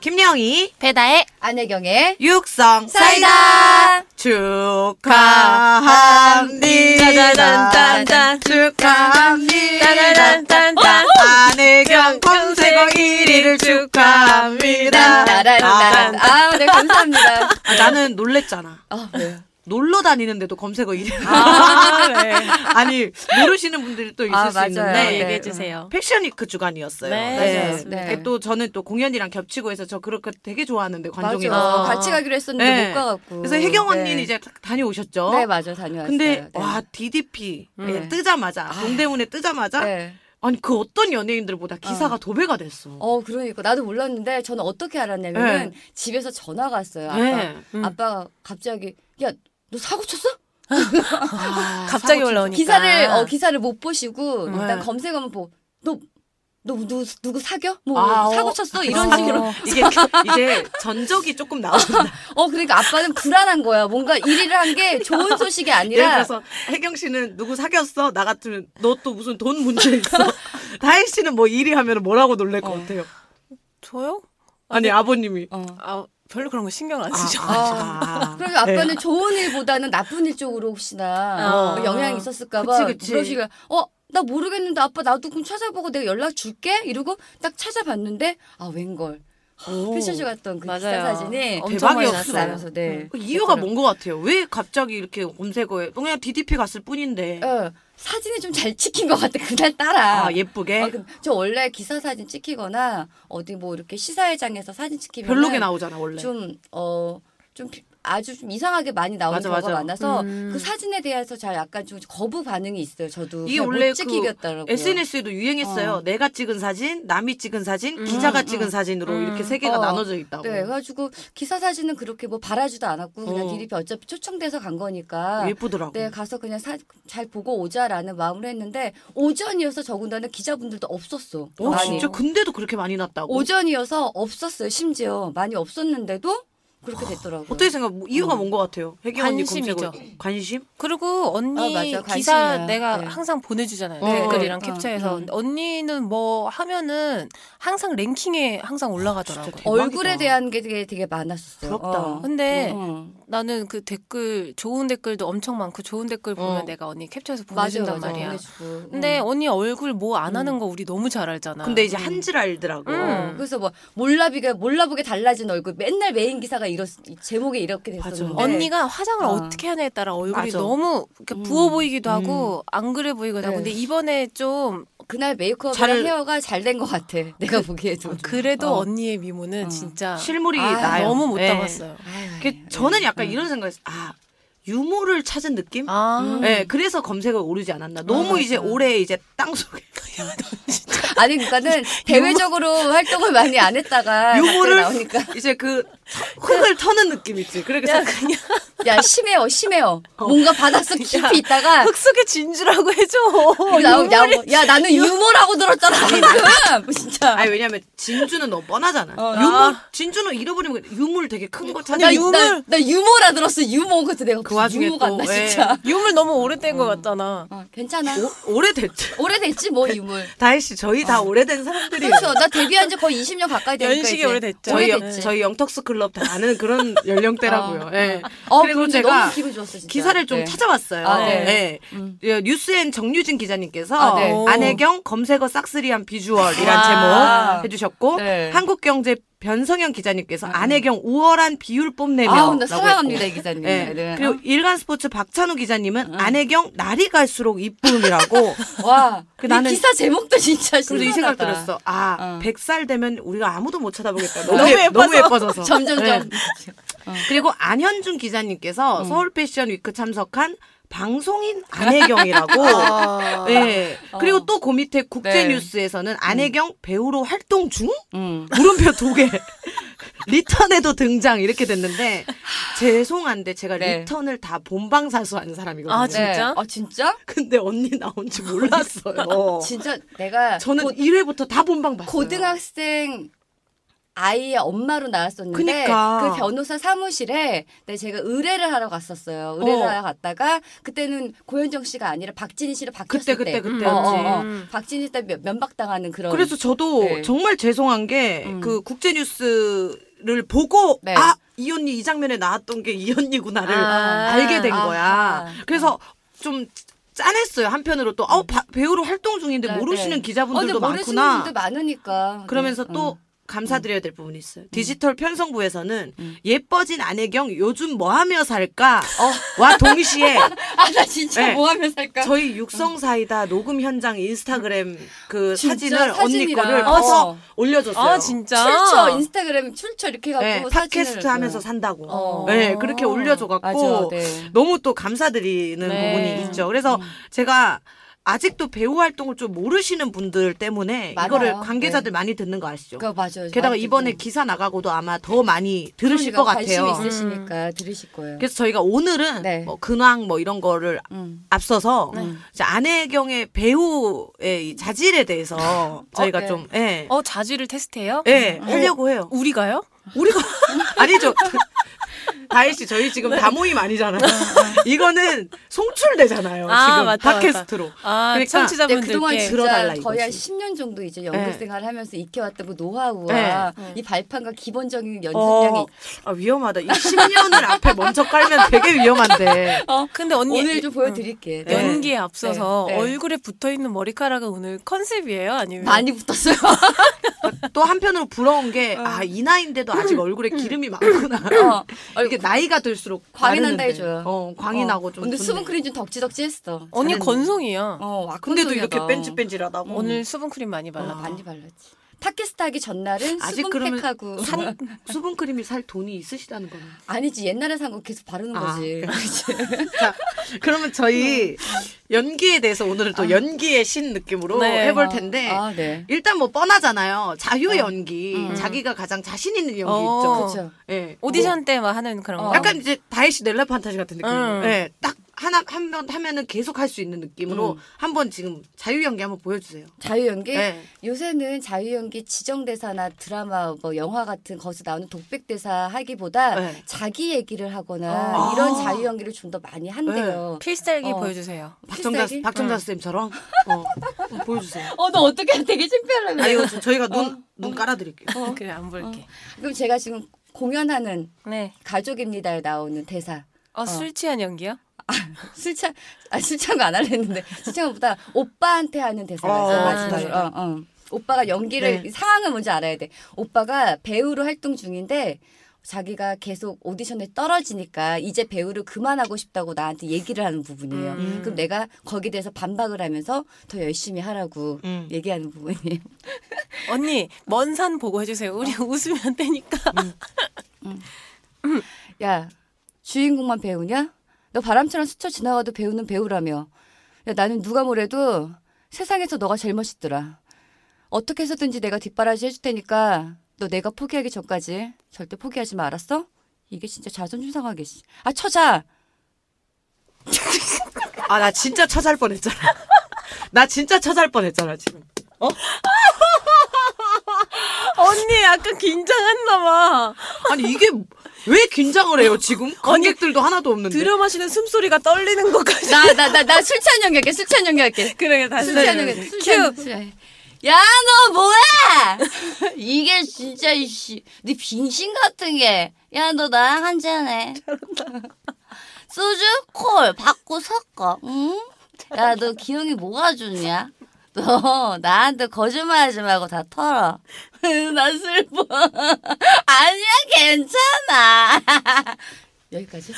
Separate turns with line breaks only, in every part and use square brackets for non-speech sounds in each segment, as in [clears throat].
김영희
배다의
안혜경의
육성
사이다.
축하합니다.
짜자잔짠짠.
축하합니다. 어,
딴딴딴딴.
안혜경 검색어 1위를
네.
축하합니다.
따라란.
아,
아, 네, 감사합니다.
아, 나는 놀랬잖아. 네.
아, 왜요?
놀러 다니는데도 검색어 1위. 아, 네. [laughs] 아니, 모르시는 분들이 또 있을
아,
수
맞아요.
있는데.
네.
얘기해 주세요.
패션 위크 주간이었어요.
네,
맞아요. 네.
그게 또 저는 또 공연이랑 겹치고 해서 저 그렇게 되게 좋아하는데 관종이랑.
맞아.
어.
같이 가기로 했었는데
네.
못 가갖고.
그래서 혜경 언니는
네.
이제 딱 다녀오셨죠.
네, 맞아. 다녀왔어요.
근데
네.
와 DDP 에
네.
뜨자마자 동대문에 뜨자마자
네.
아니 그 어떤 연예인들보다 기사가 도배가 됐어.
어, 그러니까. 나도 몰랐는데, 저는 어떻게 알았냐면은, 집에서 전화가 왔어요. 아빠. [laughs]
네.
음.
아빠가 갑자기, 야, 너 사고 쳤어?
아,
갑자기
사고
올라오니까.
기사를, 어, 기사를 못 보시고,
음.
일단
네.
검색하면 보, 너, 너, 누, 누구 사겨? 뭐,
아,
사고
어.
쳤어?
어.
이런 식으로.
쳤- 이게 이제 전적이 조금 나온다.
어, 그러니까 아빠는 불안한 거야. 뭔가 1위를 한 게 좋은 소식이
예를
아니라,
들어서 혜경 씨는 누구 사귀었어? 나 같으면 너 또 무슨 돈 문제 있어?
[laughs]
다혜 씨는 뭐 일이 하면 뭐라고 놀랄 것 같아요.
저요?
아니 아버님이.
어. 아,
아 별로 그런 거 신경 안 쓰죠.
아,
그러면 아빠는 좋은 일보다는 나쁜 일 쪽으로 혹시나
어.
뭐 영향이 있었을까봐
그치, 그치.
물어시고 어. 나 모르겠는데 아빠 나도 그럼 찾아보고 내가 연락 줄게 이러고 딱 찾아봤는데 아 웬걸
오.
패션쇼 갔던 그 기사
맞아요.
사진이
엄청 많이
대박이었어요.
났어요.
나면서 네
그 이유가 뭔 것 같아요. 왜 갑자기 이렇게 검색어에 그냥 DDP 갔을 뿐인데
어, 사진이 좀 잘 찍힌 것 같아 그날 따라
아 예쁘게
어, 그- 저 원래 기사 사진 찍히거나 어디 뭐 이렇게 시사회장에서 사진 찍히면
별로게 나오잖아 원래.
좀, 어, 좀 피- 아주 좀 이상하게 많이 나오는
맞아,
경우가
맞아.
많아서
음.
그 사진에 대해서 잘 약간 좀 거부 반응이 있어요. 저도
이게
그냥
원래
못 찍히겠더라고요.
SNS에도 유행했어요.
어.
내가 찍은 사진, 남이 찍은 사진,
음,
기자가
음.
찍은 사진으로
음.
이렇게 세 개가
어.
나눠져 있다고.
네, 그래가지고 기사 사진은 그렇게 뭐 바라지도 않았고 그냥
어.
디리피 어차피 초청돼서 간 거니까.
예쁘더라고.
네, 가서 그냥 사- 잘 보고 오자라는 마음으로 했는데 오전이어서 더군다나 기자분들도 없었어.
어,
많이.
진짜 근데도 그렇게 많이 났다고.
오전이어서 없었어요. 심지어 많이 없었는데도 그렇게 됐더라고요.
어떻게 생각? 뭐 이유가 뭔 것 같아요? 혜경 언니
관심이죠.
검색어 관심?
[laughs] 그리고 언니
아, 맞아.
기사
관심이야.
내가
네.
항상 보내주잖아요.
어.
댓글이랑
어,
캡처해서
음.
언니는 뭐 하면은 항상 랭킹에
어,
항상 올라가더라고요.
진짜
얼굴에
대박이다.
대한 게 되게, 되게 많았었어요.
부럽다.
어.
근데
어.
나는 그 댓글 좋은 댓글도 엄청 많고 좋은 댓글 보면
어.
내가 언니 캡처해서
맞아요,
보내준단
맞아요.
말이야.
보내주고.
근데
음.
언니 얼굴 뭐 안 하는 거 우리 너무 잘 알잖아.
근데 이제 한줄 알더라고.
음.
어, 그래서 뭐 몰라비가 몰라보게 달라진 얼굴 맨날 메인 기사가 이렇 제목에 이렇게
맞아.
됐었는데
언니가 화장을
아.
어떻게 하냐에 따라 얼굴이
맞아.
너무 이렇게
음.
부어 보이기도 하고 안 그래 보이기도 하고
음. 네.
근데 이번에 좀
그날 메이크업이랑
잘-
헤어가 잘 된 것 같아 [laughs] 내가 보기에도
그래도
어.
언니의 미모는
어.
진짜
실물이
아,
나요.
너무 못
네.
담았어요.
아유,
그게 저는 약간 이런 생각했어요. 아 유머를 찾은 느낌?
아,
네, 그래서 검색어 오르지 않았나. 너무
맞아.
이제 올해 이제 땅
[laughs]
속에
아니 그러니까는 대외적으로 [laughs] 활동을 많이
[laughs]
안 했다가
유머를
유머를 나오니까
이제 그 흙을 터는 느낌 있지. 그래서
그냥
야 심해요 심해요 뭔가 바닷속 깊이 있다가
흙 속에 진주라고 해줘. 어,
이거 나오고 야, 뭐, 야 나는 유머라고 들었잖아 [laughs] 지금 뭐 진짜
아니 왜냐면 진주는 너무 뻔하잖아.
어,
유물
아.
진주는 잃어버리면 유물 되게 큰 거
나,
찾아.
유물.
나, 나 유머라 들었어 유머 그때 내가
그 와중에
유머가
또,
안나
예.
진짜
유물 너무 오래된 것 같잖아.
어, 괜찮아
오래됐지.
오래됐지 뭐 유물
다혜 씨 저희 다 오래된 사람들이에요.
아. 그렇죠. 나 데뷔한 지 거의 20년 가까이 되니까
연식이
이제.
오래됐죠.
저희 영-
오래됐지.
저희 영턱스 클럽 다 아는
[laughs]
그런 연령대라고요. 예.
어,
그리고
근데
제가
너무 기분 좋았어 진짜.
기사를 좀
네.
찾아봤어요.
아,
예.
네.
예, 뉴스엔 정유진 기자님께서
아, 네.
오.
안혜경 검색어 싹쓸이한 비주얼이란
와.
제목 해주셨고
아. 네. 음.
한국경제 변성현 기자님께서 안혜경 우월한 비율 뽐내며
아우
라고
나 사랑합니다
했고.
이 기자님.
예.
네. 음. 네.
그리고 일간 스포츠 박찬우 기자님은 안혜경 날이 갈수록
[laughs]
이쁨이라고.
와,
그
그
나는-
기사 제목도 진짜 신선하다.
그래서 이 생각 들었어. 아,
어.
백 100살 되면 우리가 아무도 못
[laughs]
쳐다보겠다.
너무 예뻐서.
너무 예뻐져서. 네.
점점점.
그리고 안현준 기자님께서
음.
서울 패션 위크 참석한
[laughs]
방송인 안혜경이라고.
아.
네. 그리고
어.
또 그 밑에 국제
네.
뉴스에서는 안혜경 배우로 활동 중?
음.
물음표 두 개. [laughs] 리턴에도 등장 이렇게 됐는데 죄송한데 제가
네.
리턴을 다 본방사수하는 사람이거든요.
아, 진짜?
아 진짜?
근데 언니 나온 지 몰랐어요.
아, 진짜 내가
저는
고,
1회부터 다 본방 봤어요.
고등학생 아이의 엄마로 나왔었는데
그니까.
그 변호사 사무실에 네, 제가 의뢰를 하러 갔었어요. 의뢰를
어.
하러 갔다가 그때는 고현정 씨가 아니라 박진희 씨로
그때
바뀌었을
그때
때
그때였지.
어, 어, 어.
음.
박진희 때 면- 면박당하는 그런
그래서 저도
네.
정말 죄송한 게
음.
그 국제 뉴스를 보고
네.
아 이 언니 이 장면에 나왔던 게 이 언니구나를
아,
알게 된
아,
거야.
아,
그래서 좀 짠했어요 한편으로 또 어, 바- 배우로 활동 중인데
네,
모르시는
네.
기자분들도
어, 근데
많구나.
모르시는 분들 많으니까
그러면서
네,
또
어.
감사드려야 될 부분이 있어요. 디지털 편성부에서는
음.
예뻐진 안혜경 요즘 뭐 하며 살까?
어.
와
[laughs]
동시에
아, 나 진짜
네.
뭐 하면 살까?
저희 육성사이다 녹음 현장 인스타그램 그
진짜
사진을 언니
사진이랑.
거를
어.
퍼서 올려줬어요.
아 진짜.
출처 인스타그램 출처 이렇게 갖고
네,
사진을
팟캐스트
또.
하면서 산다고.
어.
네, 그렇게 올려줘갖고
맞아, 네. 음.
너무 또 감사드리는
네.
부분이 있죠. 그래서 제가 아직도 배우 활동을 좀 모르시는 분들 때문에
많아요. 네.
이거를 관계자들 많이 듣는 거 아시죠?
그거 맞아요.
게다가
많이
이번에
듣고.
기사 나가고도 아마 더 많이 들으실
그러니까
것 같아요. 음.
관심 있으시니까 들으실 거예요.
그래서 저희가 오늘은
네.
뭐 근황 뭐 이런 거를
음.
앞서서
네.
이제 안혜경의 배우의 이 자질에
[laughs]
대해서 저희가
네. 어,
좀 예.
어 자질을 테스트해요?
예, 하려고 해요.
네. 우리가요?
우리가 [laughs] 아니죠. 다혜 씨 저희 지금
네.
다 모임 아니잖아요. 이거는 송출되잖아요.
아,
지금
맞다, 맞다.
팟캐스트로.
아
그러니까-
근데 네, 그동안
청취자분들께.
들어달라
진짜 거의 한
이거지.
10년 정도 이제 연극
네.
생활을 하면서 익혀왔던 그 노하우와
네.
이 발판과 기본적인 연습량이
어, 아, 위험하다. 이 10년을 앞에 먼저 깔면 되게 위험한데.
근데 언니
오늘 좀 보여드릴게요.
어? 네.
연기에 앞서서
네, 네.
얼굴에 붙어 있는 머리카락은 오늘 컨셉이에요,
음.
아니면
많이 붙었어요.
또 한편으로 부러운 게, 아, 이 나이인데도 아직 얼굴에 기름이 많구나.
[laughs] 어.
[laughs] 이게 나이가 들수록
광이
마르는데.
난다 해줘요.
어, 광이
어.
나고 좀.
오늘
좋네.
수분크림 좀 덕지덕지했어.
언니
잘했네.
건성이야.
어, 와,
근데도
콘솔이야,
이렇게
나.
뺀질뺀질하다고.
어,
오늘 수분 크림 많이
아,
발랐다.
많이 발랐지. 타키스타 하기 전날은
아직 그러면
수분팩하고
산 수분 크림이 살 돈이 있으시다는 거네.
[laughs] 아니지 옛날에 산 거 계속 바르는
아,
거지. 어. 그치?
[laughs] 자, 그러면 저희 연기에 대해서 오늘은 또 연기의 신 느낌으로
네.
해볼 텐데
아, 네.
일단 뭐 뻔하잖아요. 자유 연기,
음.
자기가 가장 자신 있는 연기
어.
있죠.
그렇죠.
예.
오디션 때 막 하는 그런
어.
거.
뭐 약간 이제 다혜 씨 넬라 판타지 같은 느낌.
음.
예. 딱 하나 한 번 하면은 계속 할 수 있는 느낌으로 한번 지금 자유 연기 한번 보여주세요.
자유 연기?
예.
요새는 자유 연기 지정 대사나 드라마 뭐 영화 같은 거기서 나오는 독백 대사 하기보다
네.
자기 얘기를 하거나
아.
이런 자유 연기를 좀 더 많이
네.
한대요.
필살기
어.
보여주세요.
박정자
필살기?
박정자
응.
쌤처럼 어, 한번 보여주세요.
어, 너 어떻게 되게 창피하려고
아
그래.
이거 저- 저희가 눈 눈 깔아드릴게요.
[laughs]
어.
그래 안 볼게.
그럼 제가 지금 공연하는
네.
가족입니다에 나오는 대사.
어, 술 취한 연기요?
술 취한, 아, 술 취한 거 안 하려 했는데, 술 취한 것보다 오빠한테 하는 대사가 있어요.
어,
마지막으로.
맞아요.
어, 어. 오빠가 연기를,
네.
상황을 먼저 알아야 돼. 오빠가 배우로 활동 중인데, 자기가 계속 오디션에 떨어지니까 이제 배우를 그만하고 싶다고 나한테 얘기를 하는 부분이에요.
음.
그럼 내가 거기에 대해서 반박을 하면서 더 열심히 하라고
음.
얘기하는 부분이에요.
언니 먼 산 보고 해주세요. 우리 웃으면 안 되니까. [laughs]
야, 주인공만 배우냐? 너 바람처럼 스쳐 지나가도 배우는 배우라며. 야, 나는 누가 뭐래도 세상에서 너가 제일 멋있더라. 어떻게 해서든지 내가 뒷바라지 해줄 테니까 너 내가 포기하기 전까지 절대 포기하지 마, 알았어? 이게 진짜 자존심 상하게. 씨. 아, 처자!
아 나 진짜 처잘 뻔했잖아. [laughs] 나 진짜 처잘 뻔했잖아 지금.
언니 약간 긴장했나 봐.
아니 이게 왜 긴장을 해요 지금? 관객들도 하나도 없는데.
들여 마시는 숨소리가 떨리는 것까지.
나, 나, 나, 나 술 취한 연기할게, 술 취한 연기할게.
[laughs] 그래 다시.
술 취한
해요.
연기, 술 취한 연기. 야, 너 뭐야! [laughs] 이게 진짜, 이씨. 네 빙신 같은 게. 야, 너 나랑 한잔해. 소주 콜 받고 섞어. 응? 야 너 기영이 뭐가 좋냐? 너 나한테 거짓말하지 말고 다 털어. [laughs] 나 슬퍼. [laughs] 아니야 괜찮아. [laughs] 여기까지.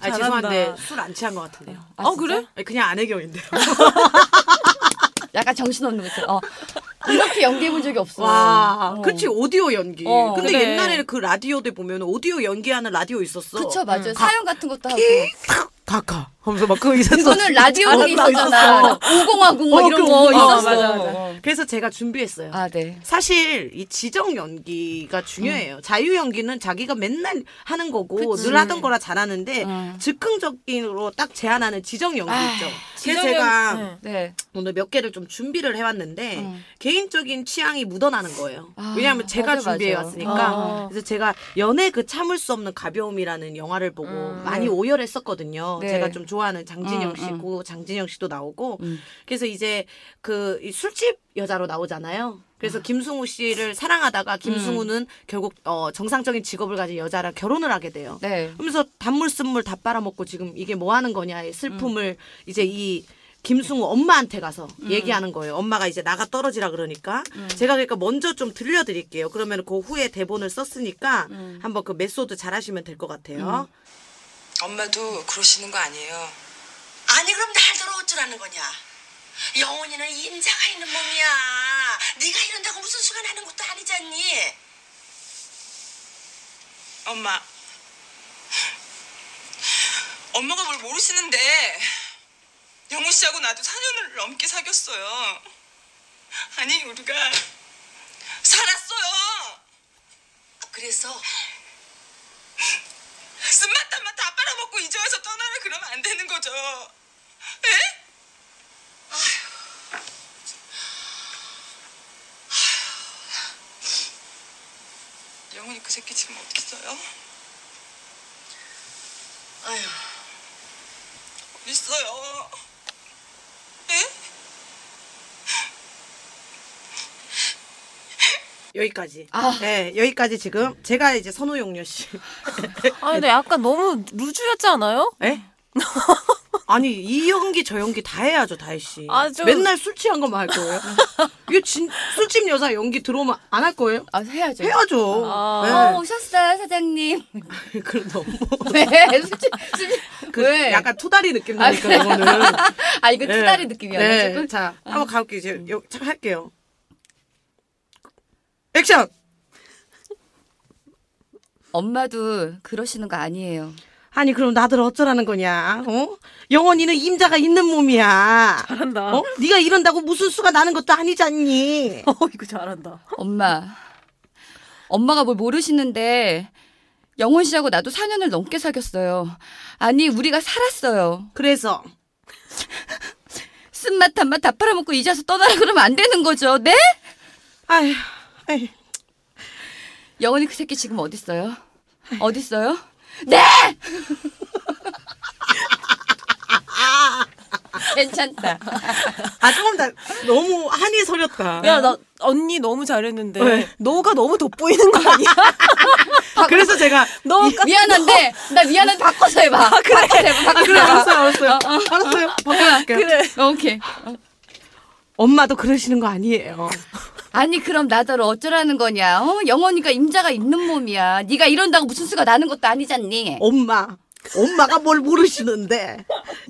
아 죄송한데
잘한다.
술 안 취한 것 같은데요.
어 그래?
아니, 그냥 안혜경인데요.
어. 약간 정신없는 [laughs] 것처럼. 어. 이렇게 연기해본 적이 없어.
와,
어.
그렇지 오디오 연기.
어.
근데
그래.
옛날에 그 라디오들 보면 오디오 연기하는 라디오 있었어.
그쵸 맞아요. 사연 같은 것도 하고.
가카 하면서 막그 있었어.
그거는 라디오
안
기
한다고
있었잖아.
있었어.
오공화국 뭐
어,
이런
그
거
오공화국.
있었어.
어, 맞아, 맞아.
어.
그래서 제가 준비했어요.
아, 네.
사실 이 지정 연기가 중요해요. 자유 연기는 자기가 맨날 하는 거고 늘 하던 거라 잘하는데
어.
음.
즉흥적으로 딱 제안하는 지정 연기
아이,
있죠. 그래서
지정연-
제가
네.
네.
오늘 몇 개를 좀 준비를 해왔는데
음.
개인적인 취향이 묻어나는 거예요.
아,
왜냐하면 제가
맞아, 어. 맞아.
준비해왔으니까
아.
그래서 제가 연애 그 참을 수 없는 가벼움이라는 영화를 보고
음.
많이
네.
오열했었거든요.
네.
제가 좀 좋아하는 장진영
음,
씨고 장진영 씨도 나오고
음.
그래서 이제 그이 술집 여자로 나오잖아요. 그래서 김승우 씨를 사랑하다가 김승우는
음.
결국 어, 정상적인 직업을 가진 여자랑 결혼을 하게 돼요.
네.
그러면서 단물 쓴물 다 빨아먹고 지금 이게 뭐 하는 거냐의 슬픔을
음.
이제 이 김승우 엄마한테 가서 얘기하는 거예요. 엄마가 이제 나가 떨어지라 그러니까
음.
제가 그러니까 먼저 좀 들려드릴게요. 그러면 그 후에 대본을 썼으니까
음.
한번 그 메소드 잘하시면 될 것 같아요.
엄마도 그러시는 거 아니에요.
아니 그럼 날 더러 어쩌라는 거냐? 영혼이는 임자가 있는 몸이야. 네가 이런다고 무슨 수가 나는 것도 아니잖니.
엄마. 엄마가 뭘 모르시는데 영우 씨하고 나도 4년을 넘게 사귀었어요. 아니 우리가 살았어요.
아, 그래서
쓴맛 단맛 다 빨아먹고 이제와서 떠나라 그러면 안 되는 거죠. 예? 에? 영훈이 그 새끼 지금 어디 있어요?
아휴,
어디 있어요? 예? 에?
여기까지.
아.
네, 여기까지 지금 제가 이제 선우용녀 씨.
아니 근데 약간 너무 루즈였지 않아요? [laughs]
에? 예? 아니 이 연기 저 연기 다 해야죠 다혜 씨.
아주-
맨날 술 취한 것만 할
[laughs]
거예요. 이거 진 술집 여자 연기 들어오면 안 할 거예요?
아, 해야죠.
해야죠.
네.
예.
아.
어, 오셨어요, 사장님. [laughs]
네. [laughs] 그럼 너무
왜? 솔직히,
그
왜?
약간 토다리 느낌 나니까 이거는.
[laughs] 아, 이거
네.
투다리 아. 느낌이었나,
네.
조금?
자 한번 가볼게요. 이제
음.
여기 참 할게요. 액션.
엄마도 그러시는 거 아니에요.
아니 그럼 나들 어쩌라는 거냐? 어? 영원히는 임자가 있는 몸이야.
아.
잘한다.
[laughs] 어? 네가 이런다고 무슨 수가 나는 것도 아니잖니.
어 이거 잘한다.
엄마. 엄마가 뭘 모르시는데, 영혼 씨하고 나도 4년을 넘게 사귀었어요. 아니, 우리가 살았어요.
그래서
쓴맛, 단맛 다 팔아먹고 이제 와서 떠나라 그러면 안 되는 거죠. 네?
아휴, 아휴.
영혼이 그 새끼 지금 어딨어요? 어딨어요?
[laughs]
네! 괜찮다.
아 조금 나 너무 한이 서렸다.
야 나 언니 너무 잘했는데
왜?
너가 너무 돋보이는 거 아니야?
그래서 제가
너
미안한데, 나 미안한데 바꿔서 해봐. 바꿔서 해봐,
아,
바꿔서
그래
해봐.
알았어요 알았어요
아.
알았어요 바꿔줄게요.
그래.
어, 오케이.
엄마도 그러시는 거 아니에요.
아니 그럼 나더러 어쩌라는 거냐? 어? 영원이가 임자가 있는 몸이야. 네가 이런다고 무슨 수가 나는 것도 아니잖니.
어, 엄마 엄마가 뭘 모르시는데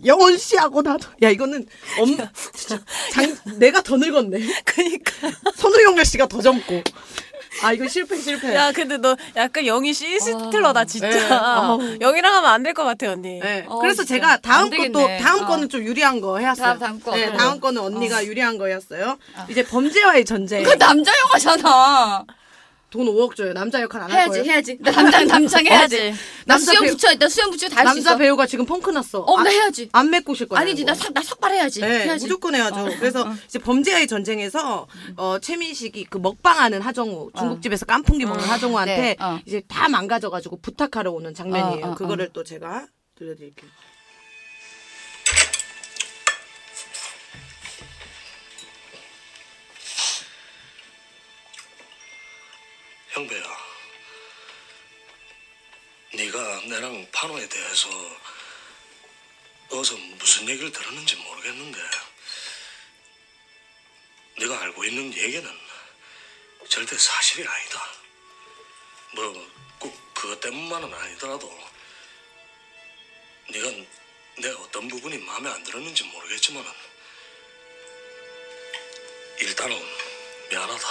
영원 씨하고 나도 야 이거는 엄 진짜 장, 내가 더 늙었네.
그니까.
선우용렬 씨가 더 젊고 아 이거 실패 실패.
야 근데 너 약간 영희 씨 스틸러다 진짜.
네. 아우.
영희랑 하면 안 될 것 같아 언니.
네.
어,
그래서
진짜.
제가 다음
안
것도
되겠네.
다음
어.
거는 좀 유리한 거 해왔어요.
다음, 다음 거. 어. 아.
네,
응.
다음 거는 언니가 유리한 거였어요. 이제 범죄와의 전쟁.
그건 남자 영화잖아.
돈 5억 줘요. 남자 역할 안 할
해야지
거예요.
해야지. 나
[laughs]
남장 남장 해야지.
해야지.
나
남자
수염
배우-
붙여. 나 수염 붙여 다할 수 있어.
남자 배우가 지금 펑크 났어.
어, 나
안-
해야지.
안 메고 오실 거야.
아니지
이거.
나 삭, 나 삭발해야지.
네,
해야지. 어,
무조건 해야죠. 그래서 이제 범죄의 전쟁에서 어, 최민식이 그 먹방하는 하정우 중국집에서 깐풍기 먹는 하정우한테
어. 네, 어.
이제 다 망가져가지고 부탁하러 오는 장면이에요.
어, 어, 어.
그거를 또 제가 들려드릴게요.
형배야, 네가 나랑 판호에 대해서 어서 무슨 얘기를 들었는지 모르겠는데, 네가 알고 있는 얘기는 절대 사실이 아니다. 뭐 꼭 그것 때문만은 아니더라도 네가 내가 어떤 부분이 마음에 안 들었는지 모르겠지만 일단은 미안하다.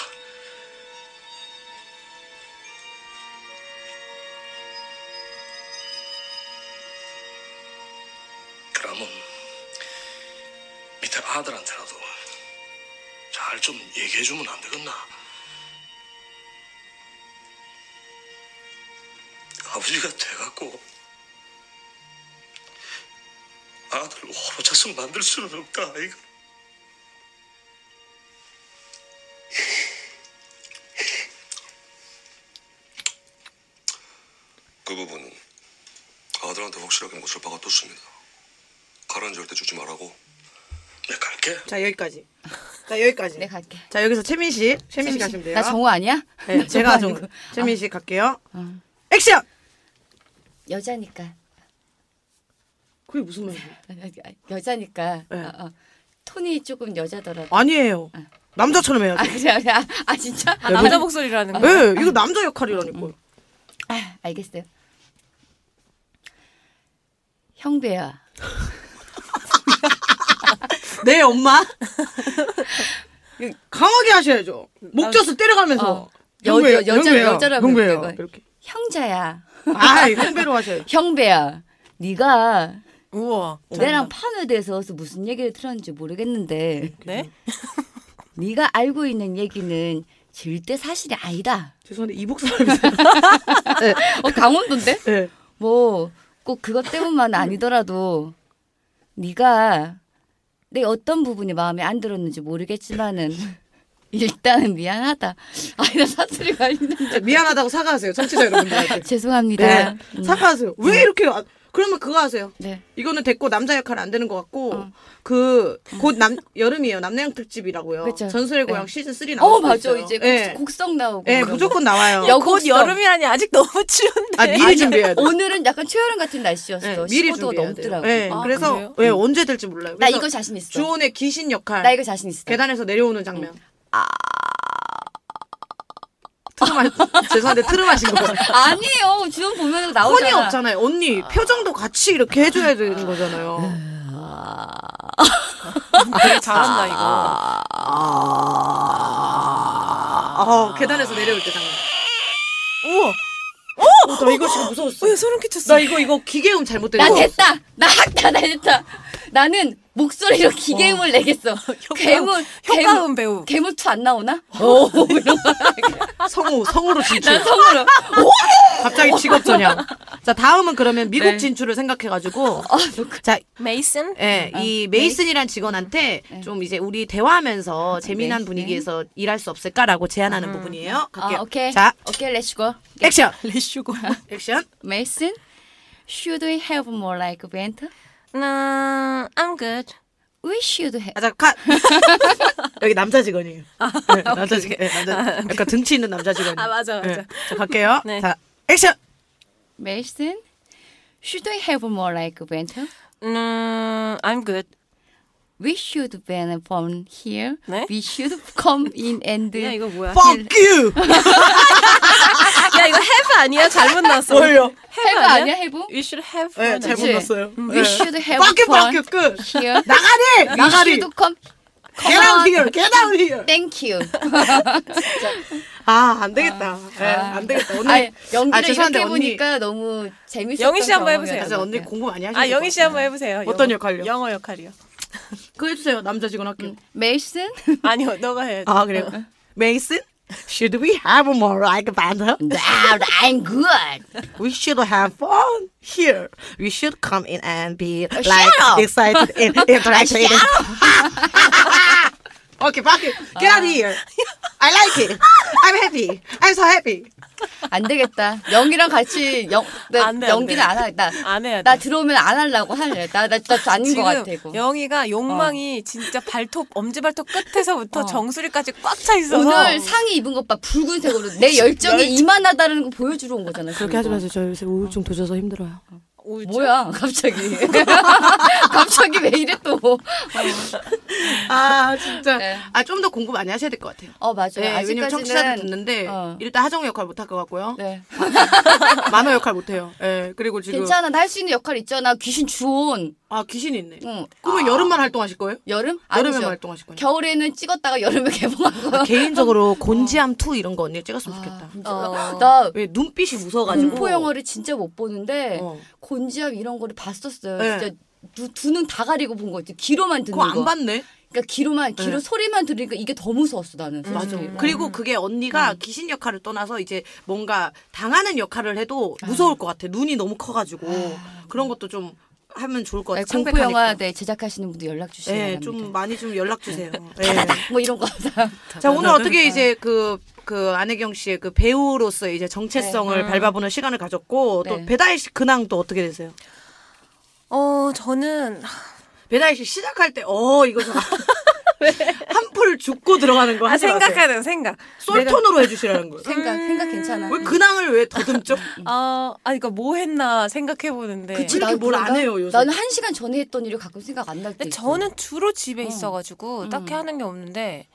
그러면 밑에 아들한테라도 잘 잘 좀 얘기해주면 안 되겠나? 아버지가 돼갖고 아들 호로자석 만들 수는 없다 아이가
그 부분은 아들한테 확실하게
뭐
못을 박아뒀습니다. 가라는 절대 주지 말라고
내가 갈게
자 여기까지. 자 여기까지.
네, 갈게.
자 여기서 채민 씨, 채민 씨 가시면 돼요.
나 정우 아니야?
네,
[laughs] 나
제가
정우
좀
아니고. 어.
채민 씨 갈게요. 액션.
여자니까
그게 무슨 말이야?
여자니까
네.
어, 어. 톤이 조금 여자더라고.
아니에요. 남자처럼 해야죠.
아 그래 그래 아, 아 진짜?
네,
아, 남자 목소리라는 거.
예, 이거 남자 역할이라니까.
아, 알겠어요. 형배야.
네 엄마.
[laughs]
강하게 하셔야죠. 목젖을 때려가면서.
어. 여-
형배예요,
여- 여자-
형배예요,
여자라고
형배예요.
그랬다고.
이렇게.
형자야.
아, 형배로
[laughs]
하셔야죠.
형배야. 네가
우와.
내랑 파묘돼서 무슨 얘기를 들었는지 모르겠는데
네?
네가 알고 있는 얘기는 절대 사실이 아니다.
죄송한데 이복 사람이세요.
어 강원도인데?
[laughs] 네.
뭐 꼭 그것 때문만 아니더라도 네가 내 어떤 부분이 마음에 안 들었는지 모르겠지만은 일단은 미안하다. 아나 사투리가 아닌데
미안하다고 사과하세요. 청취자 여러분들한테.
죄송합니다.
네.
음.
사과하세요. 왜 이렇게 안- 그러면 그거 하세요.
네. 어.
이거는 됐고 남자 역할 안 되는 것 같고 그 곧 남 여름이에요. 남양 특집이라고요.
그쵸.
전설의 고향
네.
시즌 3 나오고
어 맞아
있어요.
이제 곡-
예.
곡성 나오고.
예,
그런 거.
무조건
[laughs]
나와요.
여-
곧
거기서-
여름이라니 아직 너무 추운데.
아 미리 준비해야 돼.
오늘은 약간 최여름 같은 날씨였어.
예,
15도가
준비해야
넘더라고.
돼요. 예,
아,
그래서
그래요?
왜 언제 될지 몰라요.
음. 나
그래서
이거 자신 있어.
주온의 귀신 역할.
나 이거 자신 있어. 음.
계단에서 내려오는 장면. 아. 트름
[laughs]
하- [laughs] 죄송한데 트름 하신 거.
아니에요. 주변 보면 나오잖아.
혼이 없잖아요. 언니 표정도 같이 이렇게 해줘야 되는
음.
거잖아요.
되게 잘한다 이거.
아, 계단에서 내려올 때 장면.
우와.
어, 나 이거 지금 무서웠어.
왜 소름 끼쳤어?
나 아, 이거 이거 기계음 잘못 된
나
거.
됐다. 나 했다. 나 했다. 나는 목소리로 기계음을 내겠어. 괴물 괴물
효과음 배우.
괴물 투안 나오나? 오 이런 거.
성우 성우로 진출.
난 성으로.
[laughs] 갑자기 직업 전향. 자 다음은 그러면 미국
네.
진출을 생각해가지고
아, 그-
자
메이슨?
예, 이 메이슨이란 직원한테 좀 이제 우리 대화하면서 재미난
예. 아, 메이슨.
분위기에서 일할 수 없을까라고 제안하는 부분이에요. 갈게요.
아 오케이.
자,
오케이 렛츠고. [laughs]
액션.
레슈고.
액션.
Mason, should we have more like vent?
나 I'm good.
We should have.
아, 자,
[laughs]
컷. 여기 남자 직원이에요.
아,
네, 남자 직원. 네, 남자, 약간 등치 있는 남자 직원.
아, 맞아, 맞아.
자, 갈게요.
네.
자, 액션.
Mason, should we have more like vent?
음, I'm good.
We should ban from here.
네?
We should come in and
야 이거
아,
뭐야?
Fuck
[laughs]
you.
야 이거 have 아니야? 잘못 넣었어.
뭐예요?
have
have 아니야
아니야?
have?
We should have.
네,
fun.
잘못
그치?
넣었어요.
음, We should have
Fuck you, fuck
fun
you. 끝.
here.
나가리.
We
나가리.
should come.
Get out here. Get out here.
Thank you.
아, 안 되겠다. 예, 안 되겠다. 오늘.
아, 연기를
아, 죄송한데
이렇게
언니.
보니까 너무 재밌었던
영희 씨 한번 해보세요.
아, 저 언니 공부 많이 하시는
아 영희 씨 한번 해보세요.
어떤
영어.
역할이요?
영어 역할이요.
그거 해주세요. 남자 직원 할게요.
메이슨?
아니요, 너가 해야지.
아, 그래요? 메이슨? Should we have more 아, like banter?
Wow, 네, I'm good.
We should have fun here. We should come in and be like
up.
excited and interactive. okay, fuck it. Get out of here. I like it. I'm happy. I'm so happy.
안 되겠다. 영희랑 같이 영, 나,
안 돼, 안
연기는
돼.
안 할, 나,
안 해야 돼.
나 들어오면 안 하려고 할래. 나, 나, 나 아닌 것
지금
같아, 이거.
영희가
어.
욕망이 진짜 발톱 엄지 발톱 끝에서부터 정수리까지 꽉 차 있어서
오늘 상의 입은 것 봐. 붉은색으로. 내 열정이 이만하다는 거 보여주러 온 거잖아. 그렇게 하지 마세요.
오늘
뭐야, 갑자기. [laughs] 갑자기 왜 이래 또.
아, 진짜.
네.
아, 좀 더 공부 많이 하셔야 될 것 같아요.
어, 맞아요.
네, 왜냐면 청취자들 듣는데
어.
일단 하정 역할 못 할 것 같고요.
네.
만호 역할 못 해요. 예. 그리고 지금
괜찮아. 나 할 수 있는 역할 있잖아. 귀신 주온.
아, 귀신이 있네.
응.
그러면 여름만 활동하실 거예요?
여름?
여름에만
아니죠.
활동하실 거예요?
겨울에는 찍었다가 여름에 [laughs] 개봉하고. [laughs]
개인적으로 곤지암 2 이런 거 언니
아.
찍었으면 좋겠다.
어. [laughs] 나
왜 눈빛이 무서워가지고
공포 영화를 진짜 못 보는데
어.
곤지암 이런 거를 봤었어요.
네.
진짜 두 눈 다 가리고 본 거지. 귀로만 듣는
그거
거.
안 봤네.
그러니까 귀로만 귀로
네. 음.
소리만 들으니까 이게 더 무서웠어 나는.
맞아.
솔직히.
그리고 그게 언니가
음.
귀신 역할을 떠나서 이제 뭔가 당하는 역할을 해도
음.
무서울 것 같아. 눈이 너무 커가지고 그런 것도 좀 하면 좋을 것
아. 네,
같아.
공포
어, 창백하니까.
영화 네, 제작하시는 분들 연락 주시면
네,
네,
좀 많이 좀 연락 주세요. 네.
[laughs] 다다닥 뭐 이런 거.
자 오늘
네.
어떻게 이제 그. 그 안혜경 씨의 그 배우로서 이제 정체성을
네. 음.
밟아보는 시간을 가졌고
네.
또 배다혜 씨 근황 또 어떻게 되세요?
어 저는
배다혜 씨 시작할 때 어
[laughs]
이거 한풀 죽고 들어가는 거
아
하지 마세요.
생각하는 생각.
솔톤으로 해주시라는
[laughs]
거예요.
생각 생각 괜찮아.
음.
네.
왜 근황을 왜 더듬죠?
아, 아니 그러니까 뭐 했나 생각해 보는데.
그치. 이렇게 뭘안 해요, 요새?
네. 나는 한 시간 전에 했던 일을 가끔 생각 안 날 때.
근데 저는 주로 집에 있어가지고 딱히 하는 게 없는데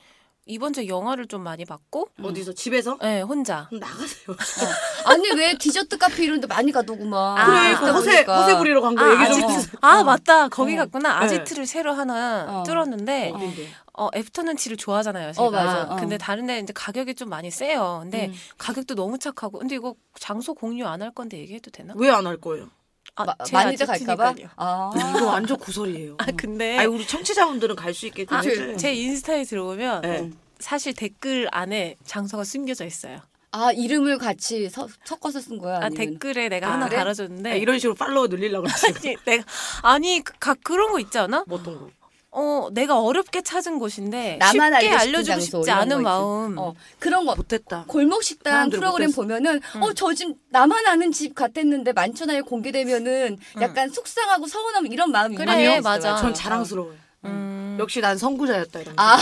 이번 주에 영화를 좀 많이 봤고,
어디서 집에서?
네 혼자.
그럼 나가세요.
[laughs] 아니 왜 디저트 카페 이런데 많이 가더구만.
아,
그래, 그
그러다
허세
보니까.
허세 부리러 간 거
아,
그러니까 얘기 좀
아직-
해주세요.
아 맞다 거기 갔구나 아지트를 새로
어.
하나 뚫었는데
어딘데?
어, 애프터눈치를 좋아하잖아요 제가
맞아. 어.
근데 다른데 이제 가격이 좀 많이 세요 근데 가격도 너무 착하고 근데 이거 장소 공유 안 할 건데 얘기해도 되나?
왜 안 할 거예요?
아,
마-
제
많이들 갈까봐.
아지트니까요.
아.
이거 완전 구설이에요.
아 근데
아니 우리 청취자분들은 갈 수 있게 좀
아,
해줘요.
제 인스타에 들어오면
네.
사실 댓글 안에 장소가 숨겨져 있어요.
아 이름을 같이 서- 섞어서 쓴 거야.
아,
아니면...
댓글에 내가 하나
그래?
달아줬는데
아, 이런 식으로 팔로워 늘리려고
[laughs]
지금
아니, 내가 아니 그- 가, 그런 거 있지 않아?
뭐 어떤 거?
어 내가 어렵게 찾은 곳인데
나만
쉽게
알고 싶은
알려주고
장소,
싶지
이런 거
않은
있지.
마음.
어, 그런 거
못했다.
골목 식당
사람들이
프로그램
못했어.
보면은 어 저 집 나만 아는 집 같았는데 만천하에 공개되면은 약간 속상하고 서운함 이런 마음이
그래,
있는 거 있어요.
맞아.
전 자랑스러워요.
음.
역시 난 선구자였다 이런. 거.
아,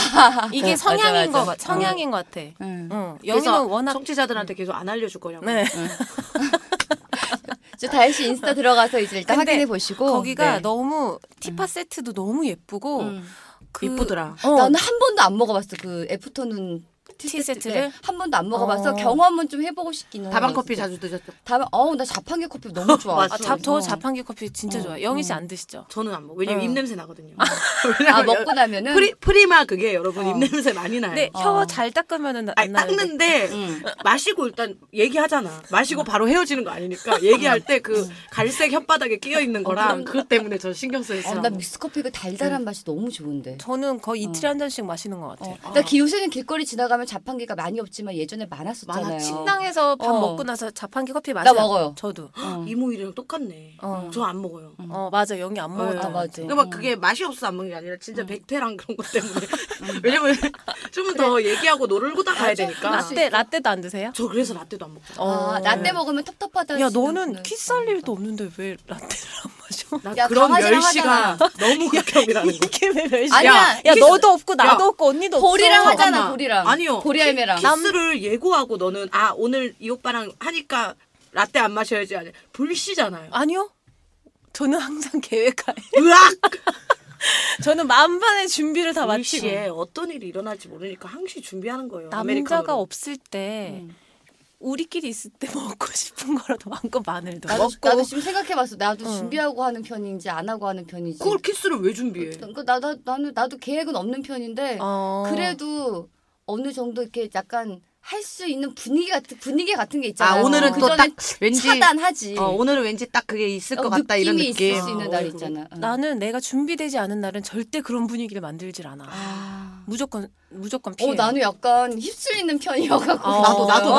이게
어, 음.
성향인
맞아,
거
맞아.
같아. 성향인 것 같아.
응.
응.
그래서
여기는 워낙
청취자들한테 계속 안 알려줄 거냐고.
네.
저 다혜 씨 인스타 들어가서 이제 일단
근데
확인해 보시고
거기가
네. 음.
너무 티파 세트도 너무 예쁘고 그-
이쁘더라.
어,
나는 한 번도 안 먹어봤어 그 애프터눈
티
네,
세트를
한 번도 안 먹어봐서
어.
경험은 좀 해보고 싶기는
다방
해요.
커피 자주 드셨죠?
다방 어나 자판기 커피 너무
[laughs]
어. 좋아 어,
맞아.
아, 잡, 저 자판기 커피 진짜 좋아요. 영희 씨 안 드시죠?
저는 안 먹어. 왜냐면
응.
입 냄새 나거든요.
아
[laughs] 왜냐면
먹고 나면은
프리 프리마 그게 여러분 입 냄새 많이 나요.
네.
근데
어.
혀 잘 닦으면은
아니,
네. 어, 안 나는데.
닦는데 음. 마시고 일단 얘기하잖아. 마시고 바로 헤어지는 거 아니니까 얘기할 때 그 갈색 혓바닥에 끼어 있는 거랑 그것 때문에 저 신경
어,
쓰였어요.
나 믹스커피가 달달한 맛이 너무 좋은데
저는 거의
어.
이틀에 한 잔씩 마시는 것 같아요.
나 요새는 길거리 지나가면 자판기가 많이 없지만 예전에 많았었잖아요.
많았지.
식당에서 밥
어.
먹고 나서 자판기 커피 마셔요.
먹어요.
저도.
이모일이랑 똑같네. 저 안 먹어요.
어 맞아 영희 안 먹었던
네.
것 같아.
근데 막 그게 맛이 없어서 안 먹는 게 아니라 진짜 백태랑 그런 것 때문에 [laughs] 왜냐면 좀 더 얘기하고 놀고다 가야 되니까 아,
라떼 라떼도 안 드세요? 음,
저 그래서 라떼도 안 먹어요.
아, 라떼 먹으면 텁텁하다.
야 너는 키쌀 일도 없는데 왜 라떼를 안 마셔?
나
야,
그런
강아지랑
멸시가 너무 극혐이라는 거.
[laughs] 이게 왜 멸시야?
아니야,
야, 야
키스-
너도 없고 나도
야,
없고 언니도 없어.
보리랑 하잖아.
잠깐만.
보리랑.
아니요.
보리 알매랑.
키- 키스를 예고하고 너는 아 오늘 이 오빠랑 하니까 라떼 안 마셔야지 아니 불씨잖아요.
아니요. 저는 항상 [laughs] 계획하에.
[laughs]
으악!
저는 만반의 준비를 다 마치고.
불씨에
뭐.
어떤 일이 일어날지 모르니까 항시 준비하는 거예요.
남자가
아메리카노로.
없을 때 우리끼리 있을 때 [laughs] 먹고 싶은 거라도 마음껏 마늘도
나도,
먹고.
나도 지금 생각해봤어. 나도 준비하고 하는 편인지 안 하고 하는 편인지.
그걸 키스를 왜 준비해?
그러니까 나, 나, 나는 나도 계획은 없는 편인데
어.
그래도 어느 정도 이렇게 약간 할 수 있는 분위기 같은 분위기 같은 게
아
있잖아.
오늘은
그
또 딱
전에
왠지
차단하지.
어, 오늘은 왠지 딱 그게 있을 것
예. 어,
같다 이런
느낌이
느낌.
있을 수 있는
어,
날
그거.
있잖아. 응.
나는 내가 준비되지 않은 날은 절대 그런 분위기를 만들질 않아.
아.
무조건 무조건 피해.
어 나는 약간 휩쓸리는 편이어가지고
어.
나도 나도
어.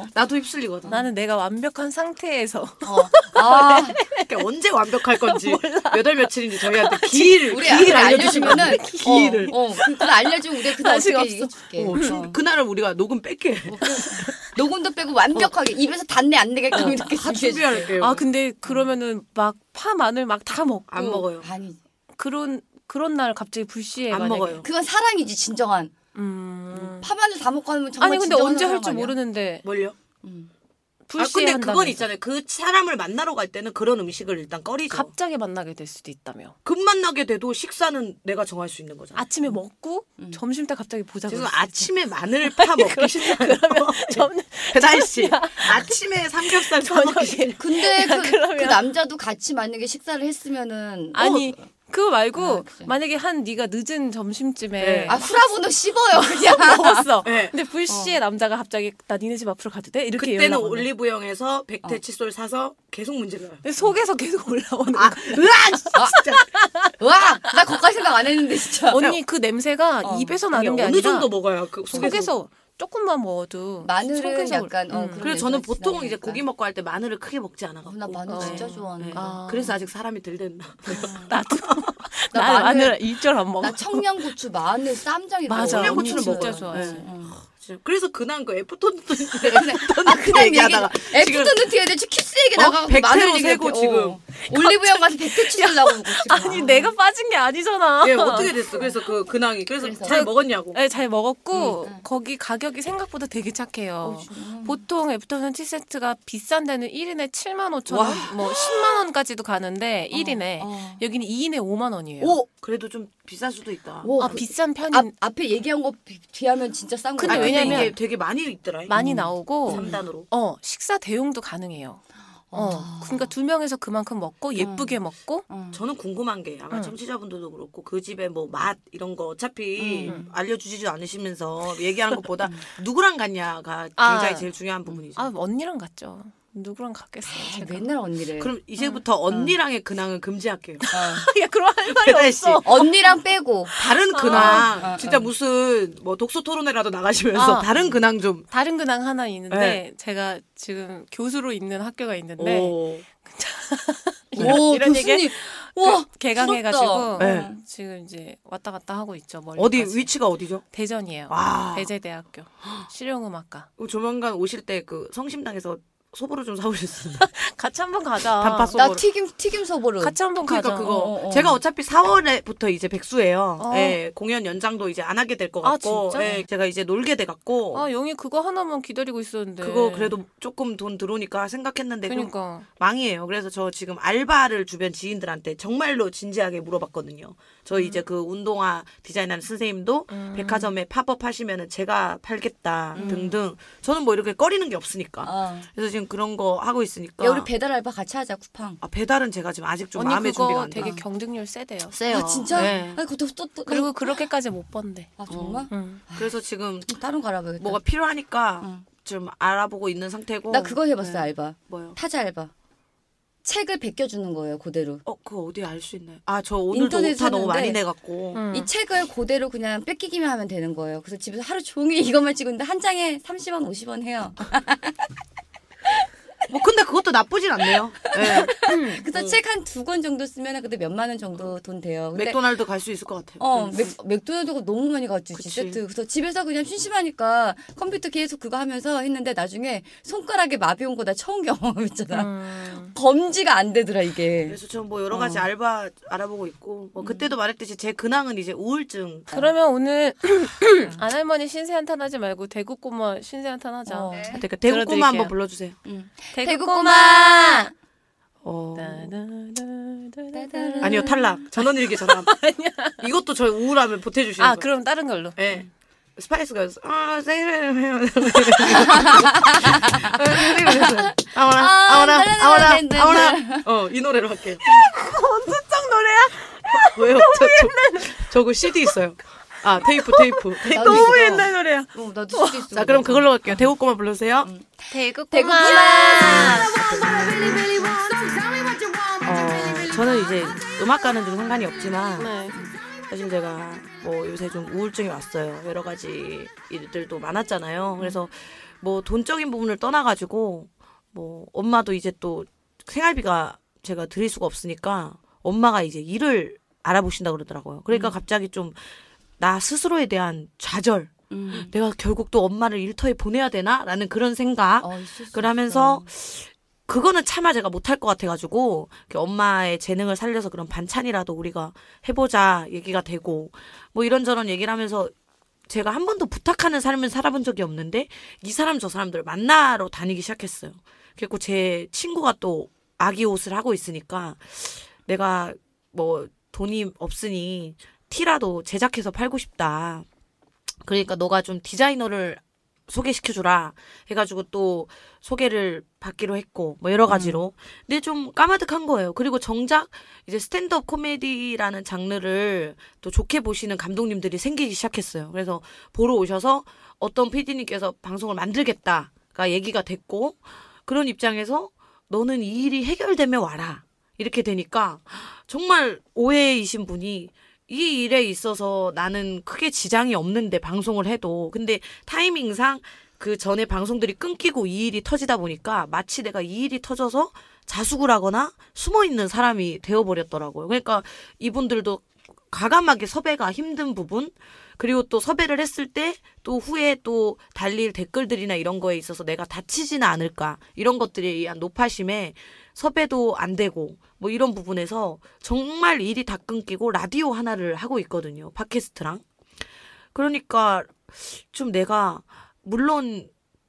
나도 나도 휩쓸리거든.
나는 내가 완벽한 상태에서
어. 아
그러니까 언제 완벽할
[laughs]
건지 몇월 며칠인지 저희한테 기일을
우리
기일
기일
알려주시면
알려주면은
기일을.
어, 어, 그- 그걸 알려주면 우리가 그날
아직
어떻게
없어.
얘기해줄게.
어, 준-
어.
그날은 우리가 녹음 뺄게.
뭐 그- 녹음도 빼고 완벽하게 입에서 단내 안
어.
내게끔 이렇게
다
준비해줄게.
준비할게요.
아 근데 그러면은 막 파 마늘 막 다 먹고
안 먹어요.
아니
그런 그런 날 갑자기 불시에
안
만약에-
먹어요.
그건 사랑이지 진정한.
음.
파마늘 다 먹고 하면 정말
아니 근데
진정한
언제
사랑
할지
아니야?
모르는데
뭘요? 아
불시에
근데
한다면서.
그건 있잖아요. 그 사람을 만나러 갈 때는 그런 음식을 일단 꺼리죠.
갑자기 만나게 될 수도 있다며.
급 만나게 돼도 식사는 내가 정할 수 있는 거잖아.
아침에 먹고
음.
점심 때 갑자기 보자.
지금
그랬어.
아침에 마늘 파
[laughs]
먹기 싫다면
점심
아,
[laughs]
배달 씨 아침에 삼겹살 파 먹기
[laughs]
싫
근데 그,
그러면-
어.
그 남자도 같이 만약에 식사를 했으면은
아니 그거 말고
아, 그치.
만약에 한 네가 늦은 점심쯤에
네.
아 후라분도 씹어요
[laughs]
그냥.
먹었어.
[laughs] 네.
근데 불씨의 남자가 갑자기 나 니네 집 앞으로 가도 돼? 이렇게
그때는
연락 오면.
올리브영에서 백태 칫솔 사서 계속 문질러요.
속에서 계속 올라오는
아,
거야.
으악! 진짜.
와, 나 거기까지 생각 안 했는데 진짜.
언니 그 냄새가
어.
입에서
이게
나는 게
어느
아니라
정도 먹어요? 그 속에서.
속에서 조금만 먹어도
마늘은
속에서 올- 음,
약간, 어, 그런
그래서 저는
냄새가
보통 이제
진하니까.
고기 먹고 할 때 마늘을 크게 먹지 않아가지고.
어,
네.
나 마늘
어.
진짜 좋아하는 거.
아.
그래서 아직 사람이 덜 됐나.
나도 [laughs] 나
나 마늘-
마늘 일절 안 먹어.
나 청양고추, 마늘, 쌈장이
맞아.
청양고추는
언니
먹어요.
진짜 좋아하지.
네.
응.
진짜. 그래서 근황 그 애프터눈트
아 그냥 얘기하다가
얘기하다가 지금
애프터는 뒤에 대해 키스 얘기 나가고
백태로
마늘 얘기
세고
이렇게,
지금.
어. 올리브영 가서 백태 치즈 나오고
[laughs] 아니 네. 내가 빠진 게 아니잖아.
예, 어떻게 됐어? 그래서 그 근황이 그래서, 어,
그래서.
잘
[laughs]
먹었냐고.
네, 잘 먹었고 거기 가격이 생각보다 되게 착해요.
어.
보통 애프터눈 티세트가 비싼 데는 1인에 7만 5천 원, 뭐 10만 원까지도 가는데 1인에
어.
여기는 2인에 5만 원이에요.
오, 그래도 좀 비쌀 수도 있다.
오,
아
그-
비싼 편이
앞, 앞에 얘기한 거 비- 비하면 진짜 싼 거야.
근데
아, 근데
왜냐면-
이게 되게 많이 있더라.
많이 나오고
3단으로.
어 식사 대용도 가능해요. 어
아.
그러니까 두 명에서 그만큼
어.
먹고 예쁘게 먹고
저는 궁금한 게 아마 청취자분들도 그렇고 그 집의 뭐 맛 이런 거 어차피 알려주지도 않으시면서
[laughs]
얘기하는 것보다 누구랑 갔냐가
아.
굉장히 제일 중요한 부분이죠.
아 언니랑 갔죠. 누구랑 갔겠어요. 제가. [laughs]
맨날 언니를.
아,
네.
그럼 이제부터 언니랑의 근황은 금지할게요.
야 예, 그럼 할 말이
배달 씨.
없어.
언니랑 빼고.
다른 근황
아, 아.
진짜 무슨 뭐 독서 토론회라도 나가시면서
아.
다른 근황 좀.
다른 근황 하나 있는데
네.
제가 지금 교수로 있는 학교가 있는데
오.
오
이런 얘기?
교수님. 와
그 개강해가지고
부럽다. 네.
지금 이제 왔다 갔다 하고 있죠. 멀리
어디 위치가 어디죠?
대전이에요.
와. 그
배제대학교
[gasps]
실용음악과
조만간 오실 때 그 성심당에서 소보로 좀 사오셨습니다.
같이 한번 가자.
단팥 소보로.
나 튀김 튀김 서보름.
같이 한번
그러니까
가자.
그거
어, 어, 어.
제가 어차피 4월에부터 이제 백수예요.
어.
예, 공연 연장도 이제 안 하게 될 것
아,
같고,
진짜?
예, 제가 이제 놀게 돼 갖고
아 영희 그거 하나만 기다리고 있었는데.
그거 그래도 조금 돈 들어오니까 생각했는데 그럼
그러니까
망이에요. 그래서 저 지금 알바를 주변 지인들한테 정말로 진지하게 물어봤거든요. 저
음.
이제 그 운동화 디자인하는 선생님도 백화점에 팝업 하시면은 제가 팔겠다
음.
등등. 저는 뭐 이렇게 꺼리는 게
아.
없으니까.
어.
그래서 지금 그런 거 하고 있으니까.
야 우리 배달 알바 같이 하자 쿠팡.
아, 배달은 제가 지금 아직 좀
언니
마음의 준비가
그거
안 돼.
되게 경쟁률 세대요.
세요.
아 진짜?
네.
아니 그것도 또, 또
그리고 그렇게까지 못 번대.
아 정말?
응.
그래서 지금
다른 거 알아봐야겠다.
뭐가 필요하니까
응.
좀 알아보고 있는 상태고.
나 그거 해봤어
네.
알바.
뭐요?
타자 알바. 책을 베껴주는 거예요 그대로.
어, 그거 어디 알 수 있나요? 아, 저 오늘도
인터넷
오타 너무 많이
샀는데.
내갖고.
응.
이 책을 그대로 그냥 뺏기기만 하면 되는 거예요. 그래서 집에서 하루 종일 [laughs] 이것만 찍는데 한 장에 30원, 50원 해요.
뭐, 근데 그것도 나쁘진 않네요. 네.
그래서 책 한 두 권 정도 쓰면 근데 몇 만 원 정도 돈 돼요. [laughs] 근데
맥도날드 갈 수 있을 것 같아요.
어, 맥, 맥도날드가 너무 많이 갔지,
그치.
세트. 그래서 집에서 그냥 심심하니까 컴퓨터 계속 그거 하면서 했는데 나중에 손가락에 마비 온 거 나 처음 경험했잖아. 음. 검지가 안 되더라, 이게.
그래서 전 뭐 여러 가지
어.
알바 알아보고 있고 뭐
음.
그때도 말했듯이 제 근황은 이제 우울증.
아.
그러면 오늘 [clears throat] 안 할머니 신세 한탄 하지 말고 대구 꼬마 신세 한탄 하자.
어.
아, 그러니까 대구
들어드릴게요.
꼬마 한번 불러주세요.
대구 꼬마!
어.
음,
따다다다다다.
아니요 탈락. 전원일기
[laughs]
전함. 이것도 저희 우울함을 보태주시는
아
거예요.
그럼 다른 걸로.
예. 스파이스가 아 세이레 아오라
아,
아오라
다른
아오라
노래, 네,
아오라 어이 노래로 할게요. 언제적 노래야? 왜요? 저, 저, 저거 CD 있어요. 아 테이프 테이프. 테이프.
너무
옛날 노래야.
어, 나도 쓸수 있어.
자 그럼 그걸로 할게요. 대구 꼬마 불러주세요.
대구
대구
꼬마.
꼬마!
어, 저는 이제 음악과는 좀 상관이 없지만
네.
사실 제가 뭐 요새 좀 우울증이 왔어요. 여러 가지 일들도 많았잖아요. 그래서 뭐 돈적인 부분을 떠나가지고 뭐 엄마도 이제 또 생활비가 제가 드릴 수가 없으니까 엄마가 이제 일을 알아보신다 그러더라고요. 그러니까 갑자기 좀 나 스스로에 대한 좌절. 내가 결국 또 엄마를 일터에 보내야 되나? 라는 그런 생각.
어, 있을 수
그러면서 그거는 차마 제가 못할 것 같아가지고 이렇게 엄마의 재능을 살려서 그런 반찬이라도 우리가 해보자 얘기가 되고 뭐 이런저런 얘기를 하면서 제가 한 번도 부탁하는 삶을 살아본 적이 없는데 이 사람 저 사람들 만나러 다니기 시작했어요. 그리고 제 친구가 또 아기 옷을 하고 있으니까 내가 뭐 돈이 없으니 티라도 제작해서 팔고 싶다. 그러니까 너가 좀 디자이너를 소개시켜주라 해가지고 또 소개를 받기로 했고 뭐 여러 가지로 근데 좀 까마득한 거예요. 그리고 정작 이제 스탠드업 코미디라는 장르를 또 좋게 보시는 감독님들이 생기기 시작했어요. 그래서 보러 오셔서 어떤 PD님께서 방송을 만들겠다가 얘기가 됐고 그런 입장에서 너는 이 일이 해결되면 와라 이렇게 되니까 정말 오해이신 분이 이 일에 있어서 나는 크게 지장이 없는데 방송을 해도 근데 타이밍상 그 전에 방송들이 끊기고 이 일이 터지다 보니까 마치 내가 이 일이 터져서 자숙을 하거나 숨어 있는 사람이 되어 버렸더라고요. 그러니까 이분들도 과감하게 섭외가 힘든 부분 그리고 또 섭외를 했을 때 또 후에 또 달릴 댓글들이나 이런 거에 있어서 내가 다치지는 않을까 이런 것들에 의한 노파심에 섭외도 안 되고 뭐 이런 부분에서 정말 일이 다 끊기고 라디오 하나를 하고 있거든요 팟캐스트랑 그러니까 좀 내가 물론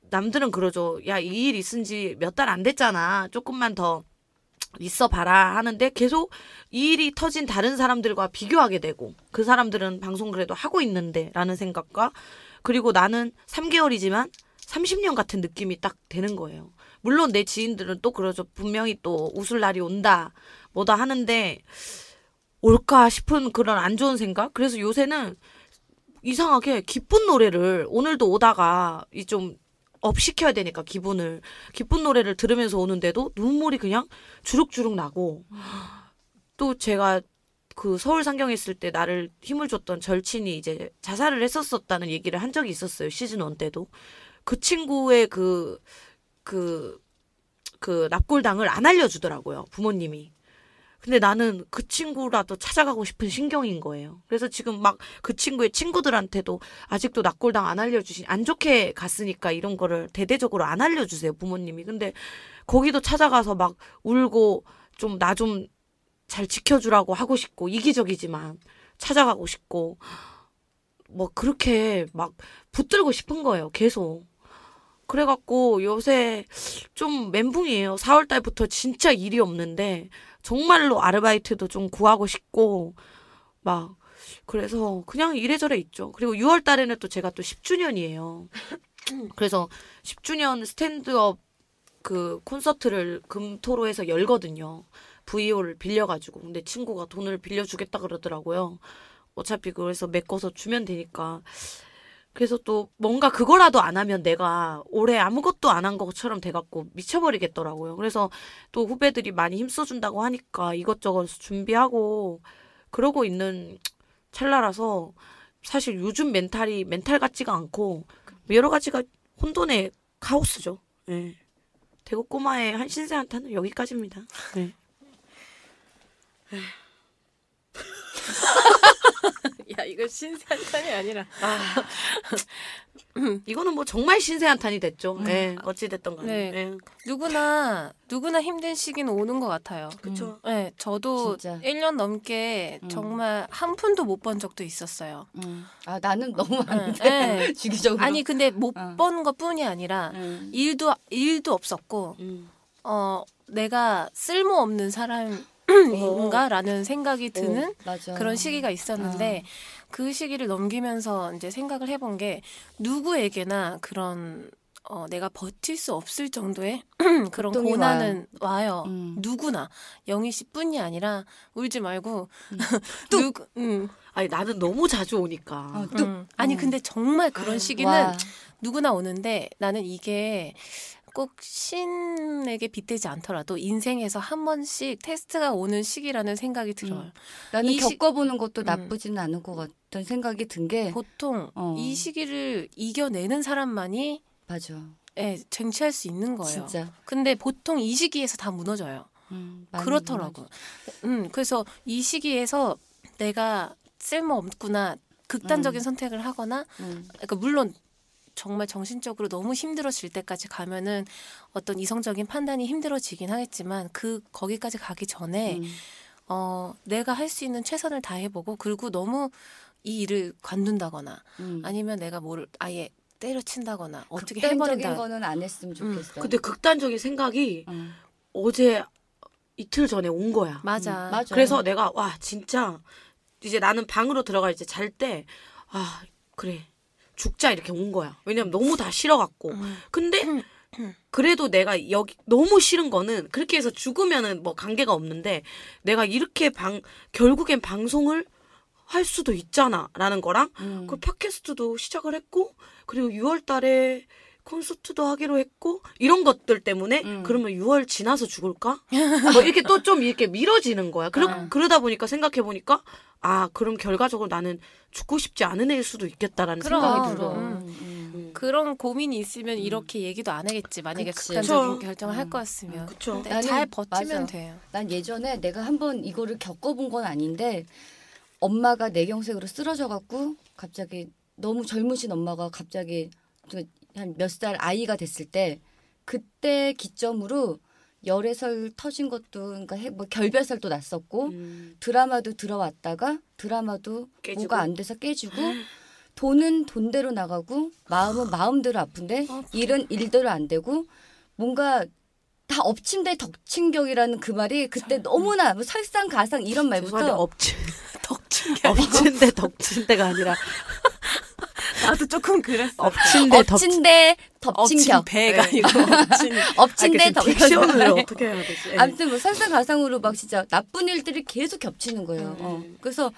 남들은 그러죠 야 이 일 있은 지 몇 달 안 됐잖아 조금만 더 있어 봐라 하는데 계속 이 일이 터진 다른 사람들과 비교하게 되고 그 사람들은 방송 그래도 하고 있는데라는 생각과 그리고 나는 3개월이지만 30년 같은 느낌이 딱 되는 거예요. 물론 내 지인들은 또 그러죠. 분명히 또 웃을 날이 온다 뭐다 하는데 올까 싶은 그런 안 좋은 생각. 그래서 요새는 이상하게 기쁜 노래를 오늘도 오다가 이 좀 업 시켜야 되니까 기분을 기쁜 노래를 들으면서 오는데도 눈물이 그냥 주룩주룩 나고 또 제가 그 서울 상경에 있을 때 나를 힘을 줬던 절친이 이제 자살을 했었었다는 얘기를 한 적이 있었어요 시즌 1 때도 그 친구의 그 그, 그 납골당을 안 알려주더라고요 부모님이 근데 나는 그 친구라도 찾아가고 싶은 신경인 거예요 그래서 지금 막 그 친구의 친구들한테도 아직도 납골당 안 알려주신 안 좋게 갔으니까 이런 거를 대대적으로 안 알려주세요 부모님이 근데 거기도 찾아가서 막 울고 좀 나 좀 잘 지켜주라고 하고 싶고 이기적이지만 찾아가고 싶고 뭐 그렇게 막 붙들고 싶은 거예요 계속 그래갖고 요새 좀 멘붕이에요 4월 달부터 진짜 일이 없는데 정말로 아르바이트도 좀 구하고 싶고 막 그래서 그냥 이래저래 있죠 그리고 6월 달에는 또 제가 또 10주년이에요 그래서 10주년 스탠드업 그 콘서트를 금토로 해서 열거든요. VO를 빌려가지고. 근데 친구가 돈을 빌려주겠다 그러더라고요. 어차피 그래서 메꿔서 주면 되니까. 그래서 또 뭔가 그거라도 안 하면 내가 올해 아무것도 안 한 것처럼 돼갖고 미쳐버리겠더라고요. 그래서 또 후배들이 많이 힘써준다고 하니까 이것저것 준비하고 그러고 있는 찰나라서 사실 요즘 멘탈이 멘탈 같지가 않고 여러 가지가 혼돈의 카오스죠. 예. 대구 꼬마의 한 신세 한탄은 여기까지입니다. 네.
야 이거 신세한탄이 아니라 음.
이거는 뭐 정말 신세 한탄이 됐죠. 네. 어찌 됐던 간에.
네.
네.
누구나 누구나 힘든 시기는 오는 것 같아요.
그렇죠.
네, 저도
진짜.
1년 넘게 정말 한 푼도 못 번 적도 있었어요.
음. 아 나는 너무
응,
안
예.
돼. [laughs] 주기적으로.
아니 근데 못
어.
번 것뿐이 아니라
음.
일도 일도 없었고
음.
어 내가 쓸모없는 사람인가라는 생각이 드는
오, 맞아.
그런 시기가 있었는데 그 시기를 넘기면서 이제 생각을 해본 게 누구에게나 그런 어, 내가 버틸 수 없을 정도의 [clears throat] 그런
고통이
고난은 와요.
음.
누구나 영희 씨뿐이 아니라 울지 말고 [laughs] 누구 음,
아니 나는 너무 자주 오니까.
어, 뚝.
음. 아니 근데 정말 그런 시기는
와.
누구나 오는데 나는 이게 꼭 신에게 빗대지 않더라도 인생에서 한 번씩 테스트가 오는 시기라는 생각이 들어요.
나는
이 시-
겪어보는 것도 나쁘지는 않은 것 같던 생각이 든 게
보통
어.
이 시기를 이겨내는 사람만이
맞아.
예, 쟁취할 수 있는 거예요.
진짜.
근데 보통 이 시기에서 다 무너져요.
음, 많이
그렇더라고. 음, 그래서 이 시기에서 내가 쓸모없구나 극단적인 선택을 하거나
음.
그러니까 물론 정말 정신적으로 너무 힘들어질 때까지 가면은 어떤 이성적인 판단이 힘들어지긴 하겠지만 그 거기까지 가기 전에
음.
어 내가 할 수 있는 최선을 다해보고 그리고 너무 이 일을 관둔다거나
음. 그
아니면 내가 뭘 아예 때려친다거나 어떻게
극단적인
해버린다
거는 안 했으면 좋겠어.
근데 극단적인 생각이
음.
어제 이틀 전에 온 거야.
맞아
맞아.
그래서 내가 와 진짜 이제 나는 방으로 들어가 이제 잘 때 아 그래 죽자 이렇게 온 거야. 왜냐면 너무 다 싫어갖고.
음.
근데 그래도 내가 여기 너무 싫은 거는 그렇게 해서 죽으면은 뭐 관계가 없는데 내가 이렇게 방 결국엔 방송을 할 수도 있잖아라는 거랑 그 팟캐스트도 시작을 했고 그리고 6월 달에 콘서트도 하기로 했고 이런 것들 때문에
음.
그러면 6월 지나서 죽을까? 뭐 이렇게 또 좀 이렇게 미뤄지는 거야. 그러,
음.
그러다 보니까 생각해 보니까 아 그럼 결과적으로 나는 죽고 싶지 않은 애일 수도 있겠다라는
그럼.
생각이 들어.
음. 그런 고민이 있으면 이렇게 얘기도 안 하겠지. 만약에
그치.
극단적인
그쵸. 음,
결정을 할
음.
거였으면.
그쵸.
근데
나는-
잘 버티면
맞아.
돼요.
난 예전에 내가 한번 이거를 겪어본 건 아닌데 엄마가 내경색으로 쓰러져갖고 갑자기 너무 젊으신 엄마가 갑자기 한 몇 살 아이가 됐을 때 그때 기점으로 열애설 터진 것도 그러니까 해- 뭐 결별설도 났었고
음.
드라마도 들어왔다가 드라마도
깨지고.
뭐가 안 돼서 깨지고 돈은 돈대로 나가고 마음은 마음대로 아픈데 일은 일대로 안 되고 뭔가 다 엎침대 덕친격이라는 그 말이 그때 너무나 뭐 설상가상 이런
죄송한데
말부터 [laughs]
엎친 덕친 게 엎친데 덕친데가 아니라
나도 조금 그랬어.
엎친데 덕
엎친대 덕친격 네.
배가
[laughs]
아니고 엎친
엎친대
그러니까 딕션을
덕친격
어떻게 해야 되지?
네. 아무튼 뭐 설상가상으로 막 진짜 나쁜 일들이 계속 겹치는 거예요.
음.
어. 그래서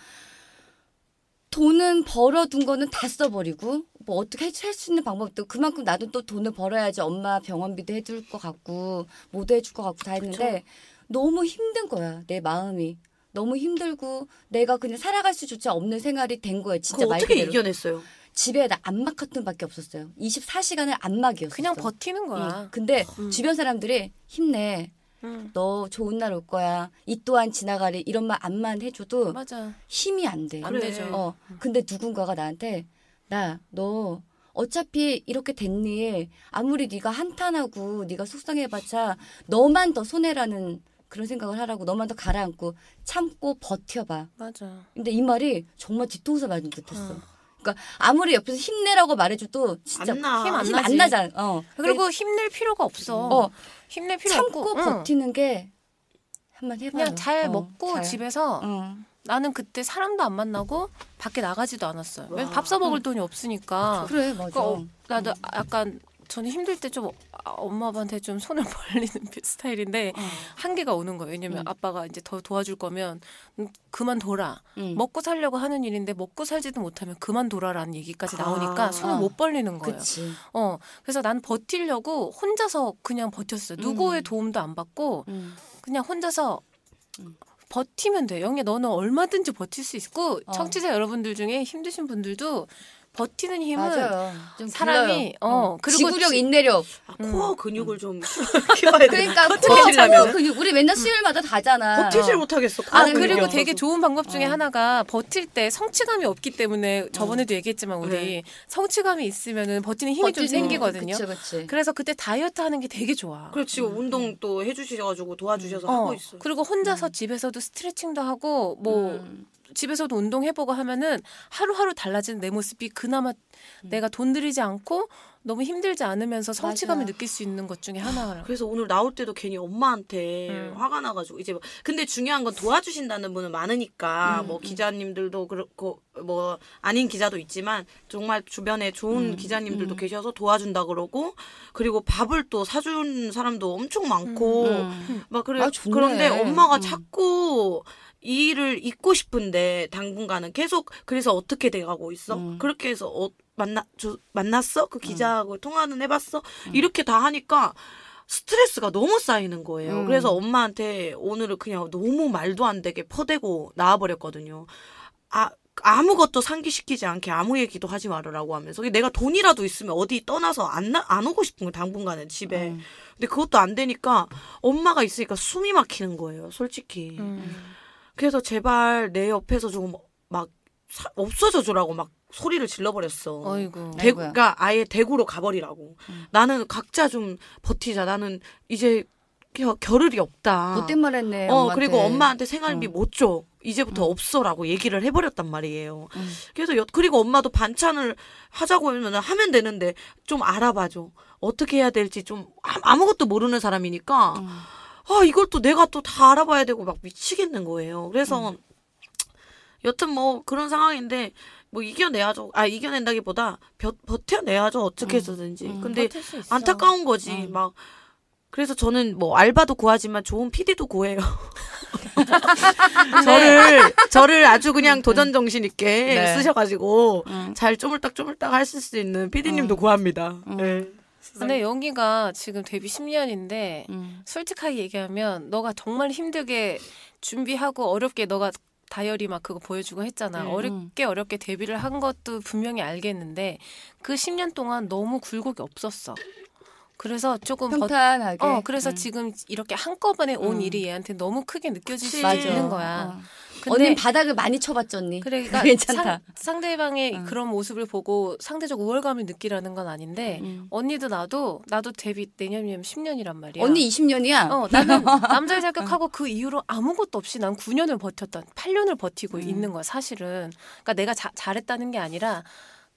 돈은 벌어둔 거는 다 써버리고 뭐 어떻게 할 수 있는 방법도 그만큼 나도 또 돈을 벌어야지 엄마 병원비도 해줄 것 같고 뭐도 해줄 것 같고 다 했는데 너무 힘든 거야 내 마음이 너무 힘들고 내가 그냥 살아갈 수조차 없는 생활이 된 거예요 진짜
그거
말
어떻게
그대로
이겨냈어요?
집에 나 안막 커튼밖에 없었어요 24시간을 안막이었어
그냥 버티는 거야. 음.
근데 주변 사람들이 힘내
응.
너 좋은 날 올 거야. 이 또한 지나가리. 이런 말 안만 해줘도
맞아.
힘이 안 돼.
안
그래.
되죠. 음.
어. 근데 누군가가 나한테 나 너 어차피 이렇게 됐니? 아무리 네가 한탄하고 네가 속상해봤자 너만 더 손해라는 그런 생각을 하라고 너만 더 가라앉고 참고 버텨봐.
맞아.
근데 이 말이 정말 뒤통수 맞은 듯했어. 그러니까 아무리 옆에서 힘내라고 말해줘도 진짜
안 나.
힘 안-
힘 안
나지.
나잖아. 어.
그리고 힘낼 필요가 없어.
어,
힘낼 필요
참고
없고. 응.
버티는 게 한번 해봐요.
그냥 잘
어,
먹고
잘.
집에서
응.
나는 그때 사람도 안 만나고 밖에 나가지도 않았어요. 왜냐면 밥 사 먹을 돈이 없으니까.
그래 맞아.
그러니까 어, 나도 약간 저는 힘들 때 좀 엄마 아빠한테 좀 손을 [laughs] 벌리는 스타일인데
어.
한계가 오는 거예요. 왜냐면 아빠가 이제 더 도와줄 거면 음, 그만둬라.
응.
먹고 살려고 하는 일인데 먹고 살지도 못하면 그만둬라라는 얘기까지
아.
나오니까 손을 못 벌리는 거예요.
그치.
어, 그래서 난 버티려고 혼자서 그냥 버텼어요. 누구의 도움도 안 받고
음.
그냥 혼자서 버티면 돼. 영애 너는 얼마든지 버틸 수 있고
어.
청취자 여러분들 중에 힘드신 분들도 버티는 힘은
맞아요. 좀
사람이,
불러요.
어,
응.
그리고
지구력
지-
인내력.
아,
음.
코어 근육을 좀 키워야 돼.
그러니까 코어
버틸려면은?
코어 근육. 우리 맨날 수요일마다 다잖아.
버티질
어.
못하겠어. 코어
아,
근육이
그리고
없어서.
되게 좋은 방법 중에 하나가 버틸 때 성취감이 없기 때문에 저번에도 얘기했지만 우리
네.
성취감이 있으면은 버티는 힘이 좀
버티는 네.
생기거든요.
힘. 그치 그치.
그래서 그때 다이어트 하는 게 되게 좋아.
그래 지금 운동 또 해주셔가지고 도와주셔서
음. 어,
하고 있어.
그리고 혼자서 집에서도 스트레칭도 하고 뭐
음.
집에서도 운동해보고 하면은 하루하루 달라지는 내 모습이 그나마
음.
내가 돈 들이지 않고 너무 힘들지 않으면서 성취감을
맞아.
느낄 수 있는 것 중에
아,
하나라.
그래서 오늘 나올 때도 괜히 엄마한테
음.
화가 나가지고 이제 뭐- 근데 중요한 건 도와주신다는 분은
음,
많으니까 뭐 기자님들도 그렇고 뭐 아닌 기자도 있지만 정말 주변에 좋은
음.
기자님들도 계셔서 도와준다 그러고 그리고 밥을 또 사준 사람도 엄청 많고 막 그래
아, 좋네.
그런데 엄마가
음.
자꾸 이 일을 잊고 싶은데 당분간은 계속 그래서 어떻게 돼가고 있어
음.
그렇게 해서 어, 만나 저, 만났어 그 기자하고 통화는 해봤어
음.
이렇게 다 하니까 스트레스가 너무 쌓이는 거예요. 그래서
음.
엄마한테 오늘은 그냥 너무 말도 안 되게 퍼대고 나와버렸거든요. 아, 아무것도 상기시키지 않게 아무 얘기도 하지 말으라고 하면서 내가 돈이라도 있으면 어디 떠나서 안, 나, 안 오고 싶은 거 당분간은 집에.
음.
근데 그것도 안 되니까 엄마가 있으니까 숨이 막히는 거예요, 솔직히.
음.
그래서 제발 내 옆에서 조금 막 사- 없어져 주라고 막 소리를 질러버렸어.
어이구.
그러니까. 아이고야. 음.
대구가 그러니까 아예 대구로 가버리라고. 나는 각자 좀 버티자. 나는 이제 겨, 겨를이 없다.
못된 말했네.
어
엄마한테. 어.
그리고 엄마한테 생활비 못 줘. 이제부터 없어라고 얘기를 해버렸단 말이에요.
음.
그래서 여, 그리고 엄마도 반찬을 하자고 하면 하면 되는데 좀 알아봐줘. 어떻게 해야 될지 좀 아- 아무것도 모르는 사람이니까
음. 음.
아 이걸 또 내가 또 다 알아봐야 되고 막 미치겠는 거예요. 그래서 여튼 뭐 그런 상황인데 뭐 이겨내야죠. 아 이겨낸다기보다 벼, 버텨내야죠.
음.
어떻게 해서든지. 근데
버틸 수 있어.
안타까운 거지. 막 그래서 저는 뭐 알바도 구하지만 좋은
[laughs]
PD도 구해요. 저를 저를 아주 그냥 도전 정신 있게
네.
쓰셔가지고
음.
잘 쪼물딱 쪼물딱 하실 수 있는 PD님도 구합니다. 네.
근데 영기가 지금 데뷔 10년인데
음.
솔직하게 얘기하면 너가 정말 힘들게 준비하고 어렵게 너가 다이어리 막 그거 보여주고 했잖아.
네,
음.
어렵게 어렵게 데뷔를 한 것도 분명히 알겠는데 그 10년 동안 너무 굴곡이 없었어. 그래서 조금 버-
평탄하게.
어 그래서
음.
지금 이렇게 한꺼번에 온
음.
일이 얘한테 너무 크게 느껴질 수
그치.
있는 거야.
어.
근데
언니 바닥을 많이 쳐봤죠 언니. [laughs]
그래, 그러니까
괜찮다.
상, 대방의
음.
그런 모습을 보고 상대적 우월감을 느끼라는 건 아닌데
음.
언니도 나도 나도 데뷔 내년이면 10년이란 말이야.
언니 20년이야. 어.
어,
[laughs]
나는 남자의 자격하고 그 이후로 아무것도 없이 난 9년을 버텼던, 8년을 버티고
음.
있는 거야, 사실은. 그러니까 내가 자- 잘했다는 게 아니라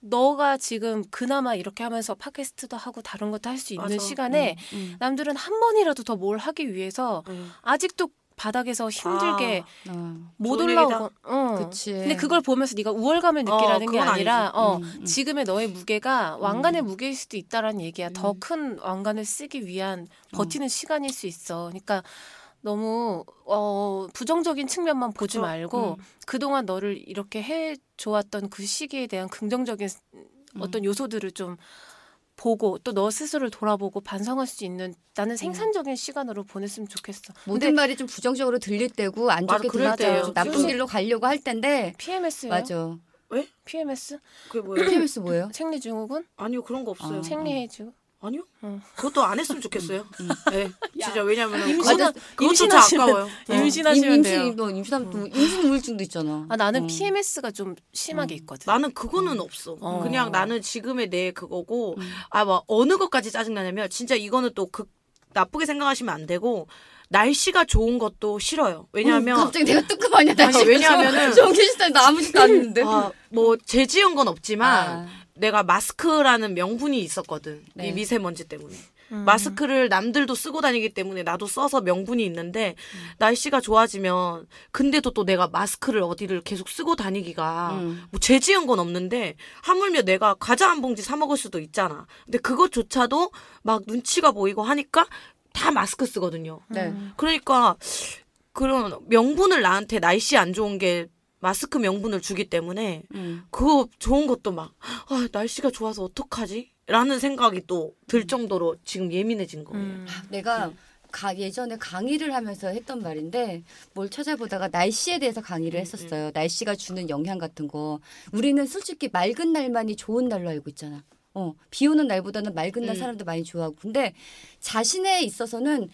너가 지금 그나마 이렇게 하면서 팟캐스트도 하고 다른 것도 할 수 있는
맞아.
시간에
음.
남들은 한 번이라도 더 뭘 하기 위해서
음.
아직도 바닥에서 힘들게
아,
어.
못
좋은 얘기다.
올라오고, 어.
그치.
근데 그걸 보면서 네가 우월감을
어,
느끼라는 게
그건
아니라,
아니지.
어,
음, 음.
지금의 너의 무게가 왕관의
음.
무게일 수도 있다라는 얘기야. 더 큰 왕관을 쓰기
음.
위한 버티는 시간일 수 있어. 그러니까 너무 어 부정적인 측면만 보지 말고
음.
그동안 너를 이렇게 해 줘왔던 그 시기에 대한 긍정적인
음.
어떤 요소들을 좀 보고 또 너 스스로를 돌아보고 반성할 수 있는
음.
나는 생산적인 시간으로 보냈으면 좋겠어.
모든 말이 좀 부정적으로 들릴 때고 안
맞아,
좋게
그럴
들릴 때고
때예요.
나쁜
지금-
길로 가려고 할 텐데
PMS예요?
맞아.
PMS?
그게 뭐예요?
PMS [clears throat] 뭐예요?
생리 증후군?
[clears throat] 아니요 그런 거 없어요.
아.
생리해 증후?
아니요.
응.
그것도 안 했으면 좋겠어요. 네. 진짜 왜냐면
임신하-
그것도 다
[laughs] 임신하시면-
아까워요. 음.
임신하시면
어, 임-
돼요.
임신 뭐 임신하면 또 임신 우울증도 있잖아.
아 나는
어.
PMS가 좀 심하게
음.
있거든.
나는 그거는 없어.
어.
그냥 나는 지금의 내 그거고 아 막 어느 것까지 짜증나냐면 진짜 이거는 또 극 나쁘게 생각하시면 안 되고 날씨가 좋은 것도 싫어요. 왜냐하면
갑자기 내가 뜨끔하냐 다시.
아니, 왜냐하면은-
[laughs] 정규 시간에 나 아무 짓도 안 했는데.
아, 뭐 제지은 건 없지만
음. 아.
내가 마스크라는 명분이 있었거든.
네. 음.
이 미세먼지 때문에. 마스크를 남들도 쓰고 다니기 때문에 나도 써서 명분이 있는데
음.
날씨가 좋아지면 근데도 또 내가 마스크를 어디를 계속 쓰고 다니기가
음.
뭐 죄지은 건 없는데 하물며 내가 과자 한 봉지 사 먹을 수도 있잖아. 근데 그것조차도 막 눈치가 보이고 하니까 다 마스크 쓰거든요.
네.
그러니까 그런 명분을 나한테 날씨 안 좋은 게 마스크 명분을 주기 때문에
음.
그거 좋은 것도 막 아, 날씨가 좋아서 어떡하지? 라는 생각이 또
음.
들 정도로 지금 예민해진 거예요.
아,
네.
내가 가, 예전에 강의를 하면서 했던 말인데 뭘 찾아보다가 날씨에 대해서
음,
강의를
네.
했었어요. 날씨가 주는 영향 같은 거. 우리는 솔직히 맑은 날만이 좋은 날로 알고 있잖아. 어, 비 오는 날보다는 맑은
음.
날 사람들 많이 좋아하고. 근데 자신에 있어서는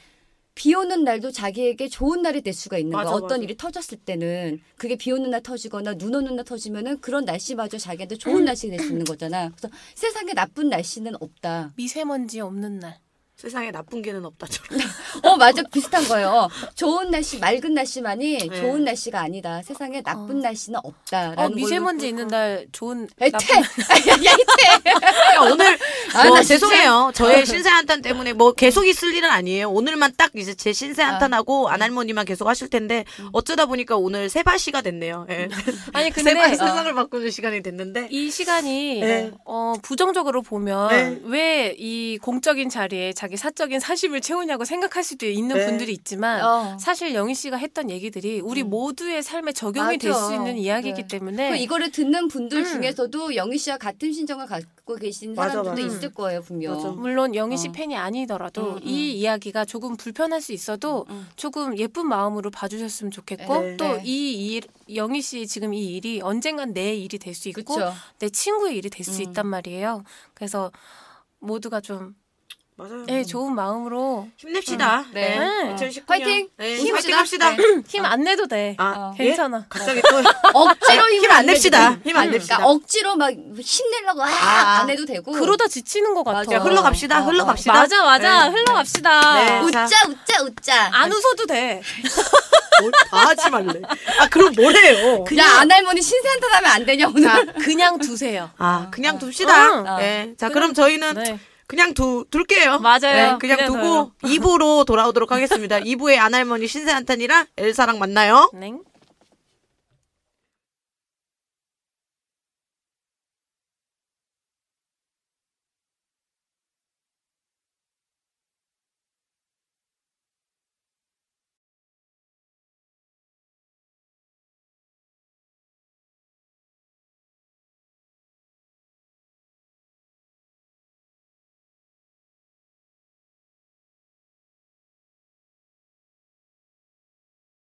비 오는 날도 자기에게 좋은 날이 될 수가 있는 거야.
맞아,
어떤
맞아.
일이 터졌을 때는 그게 비 오는 날 터지거나 눈 오는 날 터지면은 그런 날씨마저 자기한테
음.
좋은 날씨가 될 수 있는 거잖아. 그래서 세상에 나쁜 날씨는 없다.
미세먼지 없는 날.
세상에 나쁜 게는 [laughs] 그러니까 없다처럼.
어 맞아 비슷한 거예요. 좋은 날씨 맑은 날씨만이
네.
좋은 날씨가 아니다. 세상에 나쁜 날씨는 없다라는
어
걸로.
미세먼지 있는 날 좋은
애태. 야 애태.
그러니까 오늘
아,
뭐
나 진짜- 어.
죄송해요. 저의 신세 한탄 때문에 뭐 계속 있을 일은 아니에요. 오늘만 딱 이제 제 신세 한탄하고
아.
안할머니만 계속 하실 텐데
음.
어쩌다 보니까 오늘 세바시가 됐네요. 예.
아니
세바
어.
근데 어,
세상을 바꾸는 시간이 됐는데
이 시간이
네.
어, 부정적으로 보면
네.
왜 이 공적인 자리에 자기 사적인 사심을 채우냐고 생각할 수도 있는
네.
분들이 있지만
어. 음.
사실 영희 씨가 했던 얘기들이 우리 모두의 삶에 적용이 될
맞아.
수 있는 이야기이기
네. 그
때문에
이거를 듣는 분들 중에서도 영희 씨와 같은 신정을 갖고 계신
맞아,
사람들도
맞아.
있을 거예요 분명.
맞아.
물론 영희 씨
어.
팬이
음,
아니더라도 이 이야기가 조금 불편할 수 있어도 조금 예쁜 마음으로 봐주셨으면 좋겠고
네. 네.
또 이 일 영희 씨 지금 이 일이 언젠간 내 일이 될 수 있고
그렇죠.
내 친구의 일이 될 수
음.
있단 말이에요. 그래서 모두가 좀
맞아요.
예, 좋은 마음으로
힘냅시다.
네.
네.
2019년.
화이팅!
네.
힘냅시다.
힘냅시다. 합시다.
네.
힘 안 내도 돼.
아, 예?
괜찮아.
갑자기 또
억지로 힘을
힘안 냅시다.
내도 돼.
힘안 냅시다.
그러니까 억지로 막 힘내려고 아,
아.
안 해도 되고.
그러다 지치는 것 같아.
맞아.
흘러갑시다.
어, 어.
흘러갑시다.
맞아, 맞아.
네.
흘러갑시다.
네.
웃자 웃자 웃자.
안 웃어도 돼.
뭘, 다 하지 말래. 아, 그럼 뭘 해요?
그냥 야 안할머니 신세한탄하면 안 되냐 오늘.
자,
그냥 두세요.
[laughs] 아, 그냥 둡시다.
어.
네. 자, 그럼 저희는
네.
그냥 두, 둘게요.
맞아요.
네, 그냥
그냥
두고 2부로 돌아오도록 하겠습니다. 2부의 안할머니 신세한탄이랑 엘사랑 만나요.
넹.